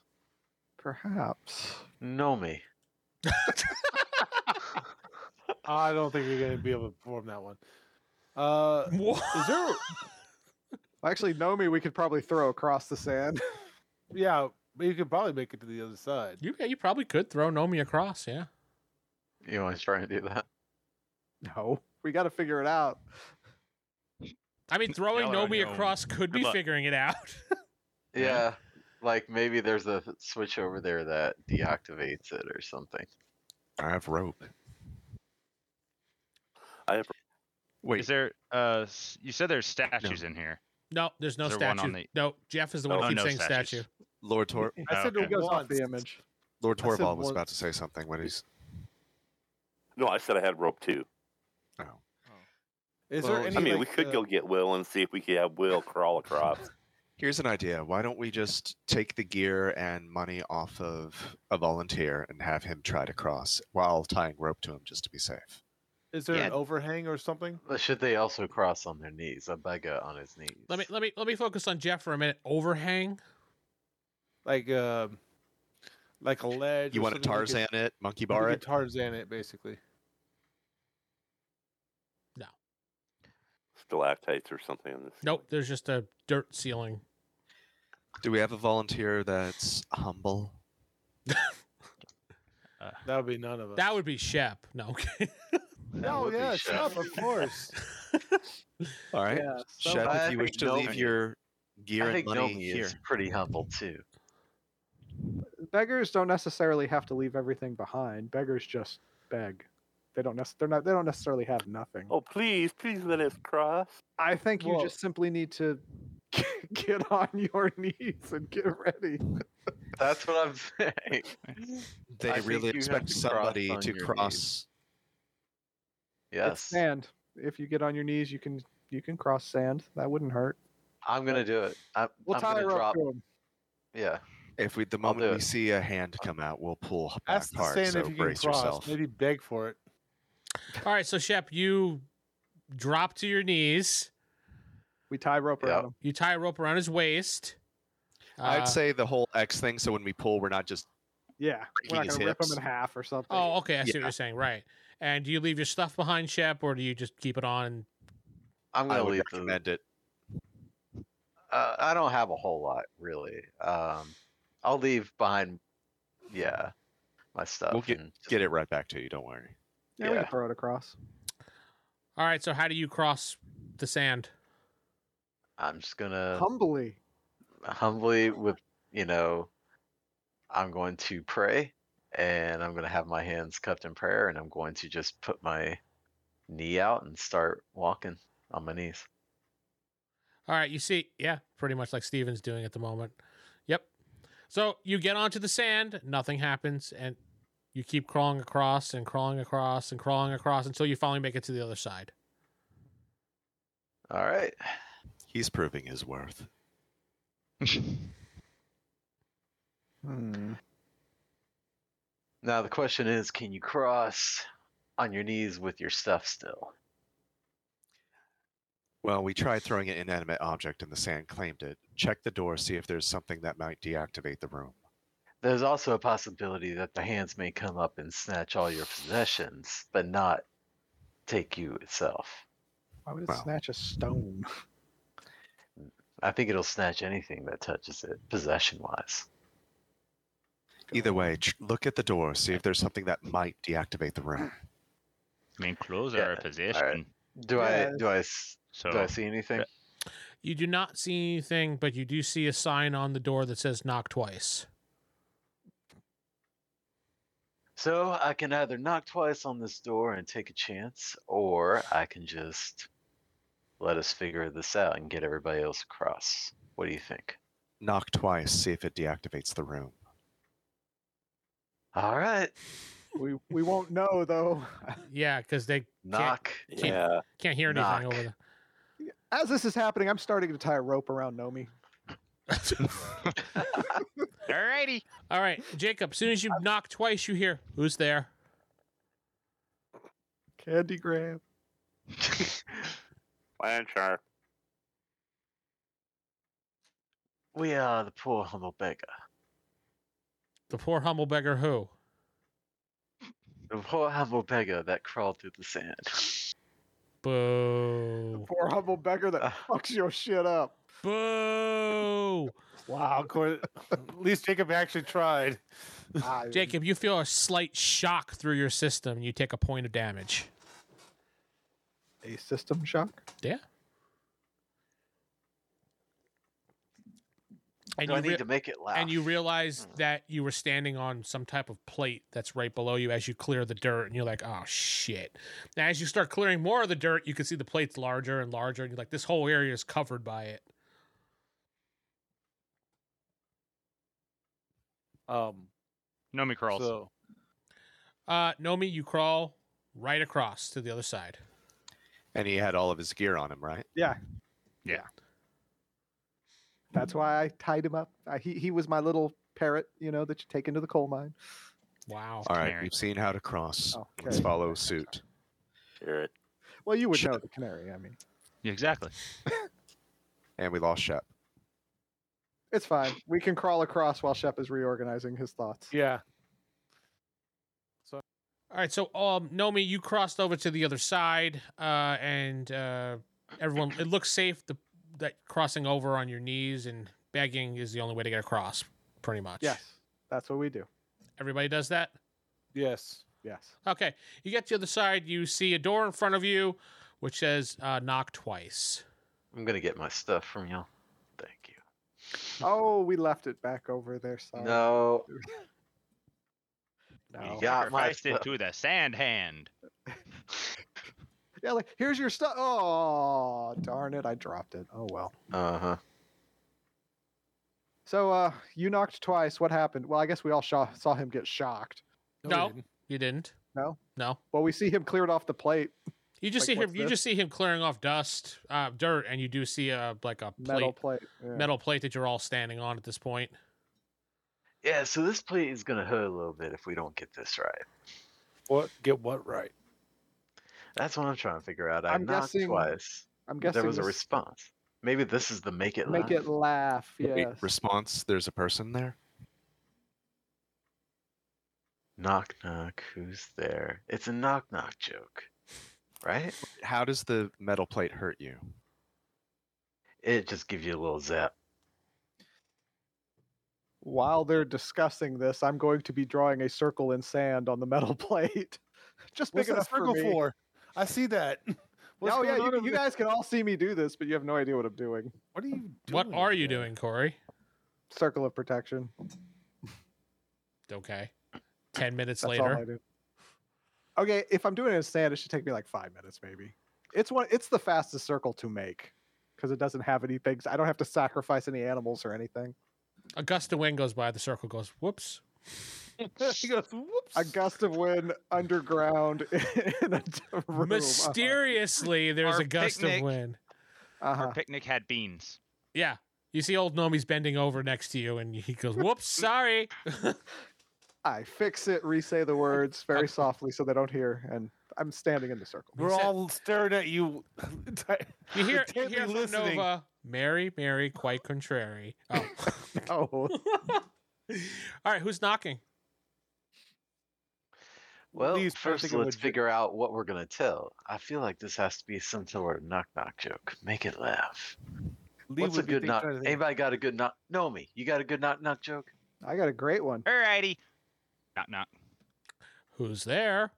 Speaker 8: Perhaps.
Speaker 4: No me.
Speaker 5: I don't think you're gonna be able to perform that one. Uh, is there?
Speaker 8: Actually, Nomi, we could probably throw across the sand. *laughs*
Speaker 5: Yeah, but you could probably make it to the other side.
Speaker 2: You, yeah, you probably could throw Nomi across, yeah.
Speaker 4: You want to try and do that?
Speaker 8: No, we got to figure it out.
Speaker 2: I mean, throwing
Speaker 6: Y'all are on
Speaker 2: Nomi
Speaker 6: your own.
Speaker 2: across could
Speaker 6: Good
Speaker 2: be
Speaker 6: luck.
Speaker 2: figuring it out. *laughs*
Speaker 4: Yeah.
Speaker 6: Yeah.
Speaker 4: Like maybe there's a switch over there that deactivates it or something.
Speaker 9: I have rope.
Speaker 7: I have
Speaker 9: Wait,
Speaker 6: Is there? Uh, s- you said there's statues in here.
Speaker 2: no, there's no
Speaker 6: Is there one
Speaker 2: statue.
Speaker 6: on the-
Speaker 2: No, Jeff is the one
Speaker 6: Oh,
Speaker 2: who keeps
Speaker 6: no
Speaker 2: saying
Speaker 6: statues.
Speaker 2: statue.
Speaker 9: Lord Tor-
Speaker 6: Oh,
Speaker 5: I said
Speaker 6: okay.
Speaker 5: it
Speaker 8: Goes off
Speaker 5: once.
Speaker 8: the image.
Speaker 9: Lord
Speaker 5: I said
Speaker 9: Torvald was
Speaker 5: one-
Speaker 9: about to say something when he's.
Speaker 7: No, I said I had rope too.
Speaker 9: Oh.
Speaker 5: Is
Speaker 9: Well,
Speaker 5: there any?
Speaker 7: I mean, we
Speaker 5: like,
Speaker 7: could
Speaker 5: uh,
Speaker 7: go get Will and see if we could have Will crawl
Speaker 5: *laughs*
Speaker 7: across.
Speaker 9: Here's an idea. Why don't we just take the gear and money off of a volunteer and have him try to cross while tying rope to him just to be safe?
Speaker 5: Is there
Speaker 4: Yeah.
Speaker 5: an overhang or something?
Speaker 4: But should they also cross on their knees? A beggar on his knees.
Speaker 2: Let me let me let me focus on Jeff for a minute. Overhang.
Speaker 5: Like uh, like a ledge.
Speaker 9: You
Speaker 5: or
Speaker 9: want to
Speaker 5: something we could-
Speaker 9: Tarzan it, monkey
Speaker 5: we could
Speaker 9: bar it?
Speaker 5: Tarzan it basically.
Speaker 7: Stalactites or something. In this.
Speaker 2: Nope, there's just a dirt ceiling.
Speaker 9: Do we have a volunteer that's humble?
Speaker 5: That would be none of us.
Speaker 2: That would be Shep. No, okay.
Speaker 8: Oh,
Speaker 5: No,
Speaker 4: would be
Speaker 5: yeah,
Speaker 4: Shep.
Speaker 5: Shep, of coepcourse.
Speaker 9: All *laughs* right.
Speaker 8: Yeah, so-
Speaker 9: Shep,
Speaker 4: I
Speaker 9: if you wish
Speaker 4: think
Speaker 9: to
Speaker 4: no-
Speaker 9: leave your gear
Speaker 4: I
Speaker 9: and
Speaker 4: think
Speaker 9: money
Speaker 4: Nomi
Speaker 9: here.
Speaker 4: is pretty humble too.
Speaker 8: beggars don't necessarily have to leave everything behind. Beggars just beg. They don't nec- they're not they don't necessarily have nothing.
Speaker 7: Oh, please, please let us cross.
Speaker 8: I think you
Speaker 5: Well-
Speaker 8: just simply need to *laughs* get on your *laughs* knees and get ready.
Speaker 4: That's what I'm saying.
Speaker 9: They
Speaker 4: I think
Speaker 9: really
Speaker 4: you have
Speaker 9: expect
Speaker 4: to cross
Speaker 9: somebody
Speaker 4: on
Speaker 9: to
Speaker 4: your
Speaker 9: cross.
Speaker 8: It's
Speaker 4: *laughs* Yes.
Speaker 8: sand. If you get on your knees, you can you can cross sand. That wouldn't hurt.
Speaker 4: I'm gonna do it. I'm,
Speaker 8: We'll
Speaker 4: I'm
Speaker 8: tie
Speaker 4: gonna
Speaker 8: her up
Speaker 4: drop.
Speaker 8: to him.
Speaker 4: Yeah.
Speaker 9: If we, the
Speaker 4: I'll
Speaker 9: moment
Speaker 4: do
Speaker 9: we
Speaker 4: it.
Speaker 9: see a hand come out, we'll pull back
Speaker 5: Ask the
Speaker 9: hard.
Speaker 5: sand
Speaker 9: So
Speaker 5: if you can
Speaker 9: brace
Speaker 5: cross.
Speaker 9: yourself.
Speaker 5: Maybe beg for it.
Speaker 2: *laughs* All right, so Shep, you drop to your knees.
Speaker 8: We tie rope
Speaker 4: Yeah.
Speaker 8: around him.
Speaker 2: You tie a rope around his waist. Uh,
Speaker 9: I'd say the whole X thing. So when we pull, we're not just
Speaker 8: Yeah, we're not
Speaker 9: His
Speaker 8: gonna rip him
Speaker 9: hips.
Speaker 8: in half or something.
Speaker 2: Oh, okay. I see what
Speaker 9: Yeah.
Speaker 2: you're saying. Right. And do you leave your stuff behind, Shep, or do you just keep it on?
Speaker 4: I'm
Speaker 9: I
Speaker 4: gonna
Speaker 9: would
Speaker 4: leave the.
Speaker 9: recommend it.
Speaker 4: Uh, I don't have a whole lot really. Um, I'll leave behind. Yeah. My stuff. and just-
Speaker 9: Get it right back to you. Don't worry.
Speaker 8: yeah, we
Speaker 4: yeah.
Speaker 8: can throw it across.
Speaker 2: All right. So how do you cross the sand?
Speaker 4: I'm just gonna
Speaker 8: Humbly.
Speaker 4: humbly with you know I'm going to pray and I'm going to have my hands cupped in prayer and I'm going to just put my knee out and start walking on my knees.
Speaker 2: All right, you see, yeah, pretty much like Steven's doing at the moment. Yep. So you get onto the sand, nothing happens, and you keep crawling across and crawling across and crawling across until you finally make it to the other side.
Speaker 4: All right.
Speaker 9: He's proving his worth.
Speaker 6: *laughs*
Speaker 8: Hmm.
Speaker 4: Now the question is can you cross on your knees with your stuff still?
Speaker 9: Well, we tried throwing an inanimate object and the sand claimed it. Check the door, see if there's something that might deactivate the room.
Speaker 4: There's also a possibility that the hands may come up and snatch all your possessions, but not take you itself.
Speaker 8: Why would it
Speaker 9: Wow.
Speaker 8: snatch a stone? *laughs*
Speaker 4: I think it'll snatch anything that touches it, possession wise.
Speaker 9: Either way, ch- look at the door, see if there's something that might deactivate the
Speaker 8: *clears throat*
Speaker 9: room.
Speaker 6: I mean, clothes
Speaker 4: Yeah,
Speaker 6: are a possession.
Speaker 4: Do I do I s-
Speaker 6: So
Speaker 4: do I see anything?
Speaker 2: You do not see anything, but you do see a sign on the door that says knock twice.
Speaker 4: So I can either knock twice on this door and take a chance, or I can just let us figure this out and get everybody else across. What do you think?
Speaker 9: Knock twice, see if it deactivates the room.
Speaker 4: All right,
Speaker 8: we we won't know though. *laughs*
Speaker 2: Yeah, because they
Speaker 4: knock.
Speaker 2: Can't-
Speaker 7: Yeah.
Speaker 2: can't hear anything
Speaker 4: Knock.
Speaker 2: over there.
Speaker 8: As this is happening, I'm starting to tie a rope around Nomi.
Speaker 6: Alrighty.
Speaker 2: All right, Jacob, soon as you knock twice, you hear, who's there?
Speaker 8: Candy Graham.
Speaker 7: Blanchard.
Speaker 4: *laughs* We are the poor humble beggar,
Speaker 2: The poor humble beggar who?
Speaker 4: the poor humble beggar that crawled through the sand. *laughs*
Speaker 8: The
Speaker 2: Boo.
Speaker 8: poor humble beggar that fucks your shit up.
Speaker 2: Boo.
Speaker 5: Wow, of course. *laughs* at least Jacob actually tried.
Speaker 8: I-
Speaker 2: Jacob, you feel a slight shock through your system. You take a point of damage.
Speaker 8: A system shock.
Speaker 2: And
Speaker 4: Do I
Speaker 2: you,
Speaker 4: need
Speaker 2: rea-
Speaker 4: to make it loud?
Speaker 2: and
Speaker 4: *sighs*
Speaker 2: you realize that you were standing on some type of plate that's right below you as you clear the dirt, and you're like, oh shit. Now, as you start clearing more of the dirt, you can see the plate's larger and larger, and you're like, this whole area is covered by it.
Speaker 5: Um,
Speaker 6: Nomi crawls.
Speaker 5: so
Speaker 2: Uh, Nomi, you crawl right across to the other side.
Speaker 9: And he had all of his gear on him, right?
Speaker 8: That's why I tied him up. I, he he was my little parrot, you know, that you take into the coal mine.
Speaker 2: Wow.
Speaker 9: All right,
Speaker 6: Mary.
Speaker 9: we've seen how to cross.
Speaker 8: Oh,
Speaker 9: Let's
Speaker 8: okay.
Speaker 9: follow suit.
Speaker 7: Hear it.
Speaker 8: Well, you would
Speaker 9: Shut
Speaker 8: know the canary. I mean,
Speaker 6: Yeah, exactly.
Speaker 9: And we lost Shep.
Speaker 8: it's fine. We can crawl across while Shep is reorganizing his thoughts.
Speaker 5: yeah,
Speaker 2: All right, so um, Nomi, you crossed over to the other side, uh, and uh, everyone, it looks safe. The, that crossing over on your knees and begging is the only way to get across, pretty much.
Speaker 8: Yes, that's what we do.
Speaker 2: Everybody does that.
Speaker 5: yes.
Speaker 8: Yes.
Speaker 2: Okay, you get to the other side. You see a door in front of you, which says uh, "knock twice."
Speaker 4: I'm gonna get my stuff from y'all. Thank you.
Speaker 8: Oh, we left it back over there. Sorry.
Speaker 4: No,
Speaker 8: No. Oh.
Speaker 4: You got my
Speaker 6: Sacrificed it to the sand hand.
Speaker 8: Yeah, like here's your stuff. Oh, darn it! I dropped it. Oh well.
Speaker 4: uh huh.
Speaker 8: So, uh, you knocked twice. What happened? Well, I guess we all saw saw him get shocked.
Speaker 2: No.
Speaker 5: we didn't.
Speaker 2: You didn't.
Speaker 8: No?
Speaker 2: No.
Speaker 8: Well, we see him cleared off the plate.
Speaker 2: You just
Speaker 8: Like,
Speaker 2: see him.
Speaker 8: what's
Speaker 2: You
Speaker 8: this?
Speaker 2: just see him clearing off dust, uh, dirt, and you do see a like a plate,
Speaker 8: Metal plate. yeah.
Speaker 2: metal plate that you're all standing on at this point.
Speaker 4: Yeah, so this plate is gonna hurt a little bit if we don't get this right.
Speaker 5: What get what right?
Speaker 4: That's what I'm trying to figure out. I
Speaker 8: I'm
Speaker 4: knocked
Speaker 8: guessing-
Speaker 4: twice.
Speaker 8: I'm
Speaker 4: but
Speaker 8: guessing
Speaker 4: there was a
Speaker 8: this-
Speaker 4: response. Maybe this is the make it
Speaker 8: Make
Speaker 4: laugh.
Speaker 8: it laugh.
Speaker 9: Wait,
Speaker 8: Yes.
Speaker 9: response, there's a person there?
Speaker 4: knock knock. Who's there? It's a knock knock joke, right?
Speaker 9: How does the metal plate hurt you?
Speaker 4: It just gives you a little zap.
Speaker 8: While they're discussing this, I'm going to be drawing a circle in sand on the metal *laughs* plate. Just big
Speaker 5: What's that
Speaker 8: enough
Speaker 5: circle
Speaker 8: for me.
Speaker 5: for? I see that. *laughs* What's
Speaker 8: oh yeah,
Speaker 5: going on
Speaker 8: you,
Speaker 5: over
Speaker 8: you
Speaker 5: there?
Speaker 8: guys can all see me do this, but you have no idea what I'm doing.
Speaker 5: What are you doing?
Speaker 2: What are
Speaker 5: over
Speaker 2: you
Speaker 5: there?
Speaker 2: doing, Corey?
Speaker 8: Circle of protection.
Speaker 2: okay. Ten minutes
Speaker 8: That's all I
Speaker 2: later,
Speaker 8: do. Okay, if I'm doing it in stand, it should take me like five minutes, maybe. It's one. It's the fastest circle to make because it doesn't have any things. I don't have to sacrifice any animals or anything.
Speaker 2: a gust of wind goes by. The circle goes whoops.
Speaker 5: he goes, whoops.
Speaker 8: A gust of wind underground *laughs* in a room.
Speaker 2: Mysteriously, there's
Speaker 6: Our
Speaker 2: a gust
Speaker 6: picnic.
Speaker 2: of wind.
Speaker 8: Uh-huh.
Speaker 2: Ah.
Speaker 6: Our picnic had beans.
Speaker 2: Yeah, you see old Nomi's bending over next to you, and he goes whoops. Sorry.
Speaker 8: I fix it, re-say the words very
Speaker 2: Okay.
Speaker 8: softly so they don't hear, and I'm standing in the circle.
Speaker 5: *laughs* We're
Speaker 2: He said-
Speaker 5: all staring at you. *laughs*
Speaker 2: You hear, you
Speaker 5: Intently
Speaker 2: hear from
Speaker 5: listening.
Speaker 2: Nova, Mary, Mary, quite contrary. Oh.
Speaker 8: Oh,
Speaker 2: All right, who's knocking?
Speaker 4: Well,
Speaker 5: Please,
Speaker 4: first
Speaker 5: Percy, go
Speaker 4: let's
Speaker 5: with-
Speaker 4: figure out what we're gonna tell. I feel like this has to be some sort of knock knock joke. Make it laugh.
Speaker 5: Lee
Speaker 4: What's a
Speaker 5: would be
Speaker 4: good
Speaker 5: thinking-
Speaker 4: knock?
Speaker 5: trying to think.
Speaker 4: Anybody got a good knock? Know me. You got a good knock knock joke? *laughs*
Speaker 8: I got a great one.
Speaker 6: Alrighty. Knock knock.
Speaker 2: Who's there?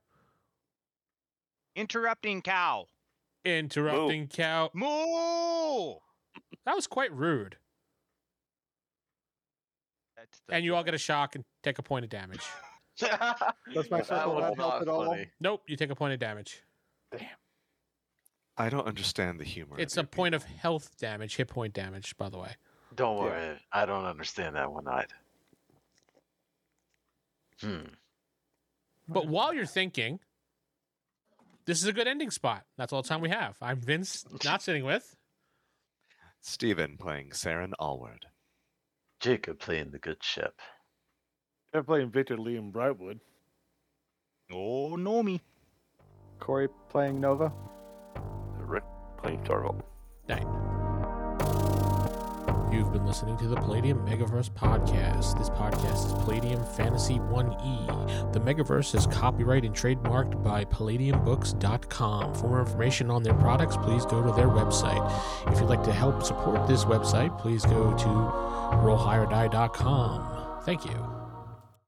Speaker 6: Interrupting cow.
Speaker 2: Interrupting cow.
Speaker 6: Moo.
Speaker 2: That was quite rude.
Speaker 6: That's the
Speaker 2: And you all get a shock and take a point of damage.
Speaker 8: That's my circle.
Speaker 4: one's
Speaker 8: That help
Speaker 4: not
Speaker 8: at all?
Speaker 4: funny.
Speaker 2: Nope, you take a point of damage.
Speaker 9: I don't understand the humor.
Speaker 2: It's a point of health damage, hit point damage, by the way.
Speaker 4: Don't worry. I don't understand that one either. Hmm.
Speaker 2: But while you're thinking, this is a good ending spot. That's all the time we have. I'm Vince, not sitting with.
Speaker 9: Steven playing Saren Allward.
Speaker 4: Jacob playing the good ship.
Speaker 5: They're playing Victor Lee and Brightwood.
Speaker 6: Oh no me.
Speaker 8: Corey playing Nova.
Speaker 7: Rick playing Torvald.
Speaker 2: night. You've been listening to the Palladium Megaverse podcast. This podcast is Palladium Fantasy 1E. The Megaverse is copyright and trademarked by PalladiumBooks.com. For more information on their products, please go to their website. If you'd like to help support this website, please go to RollHigherDie.com. Thank you.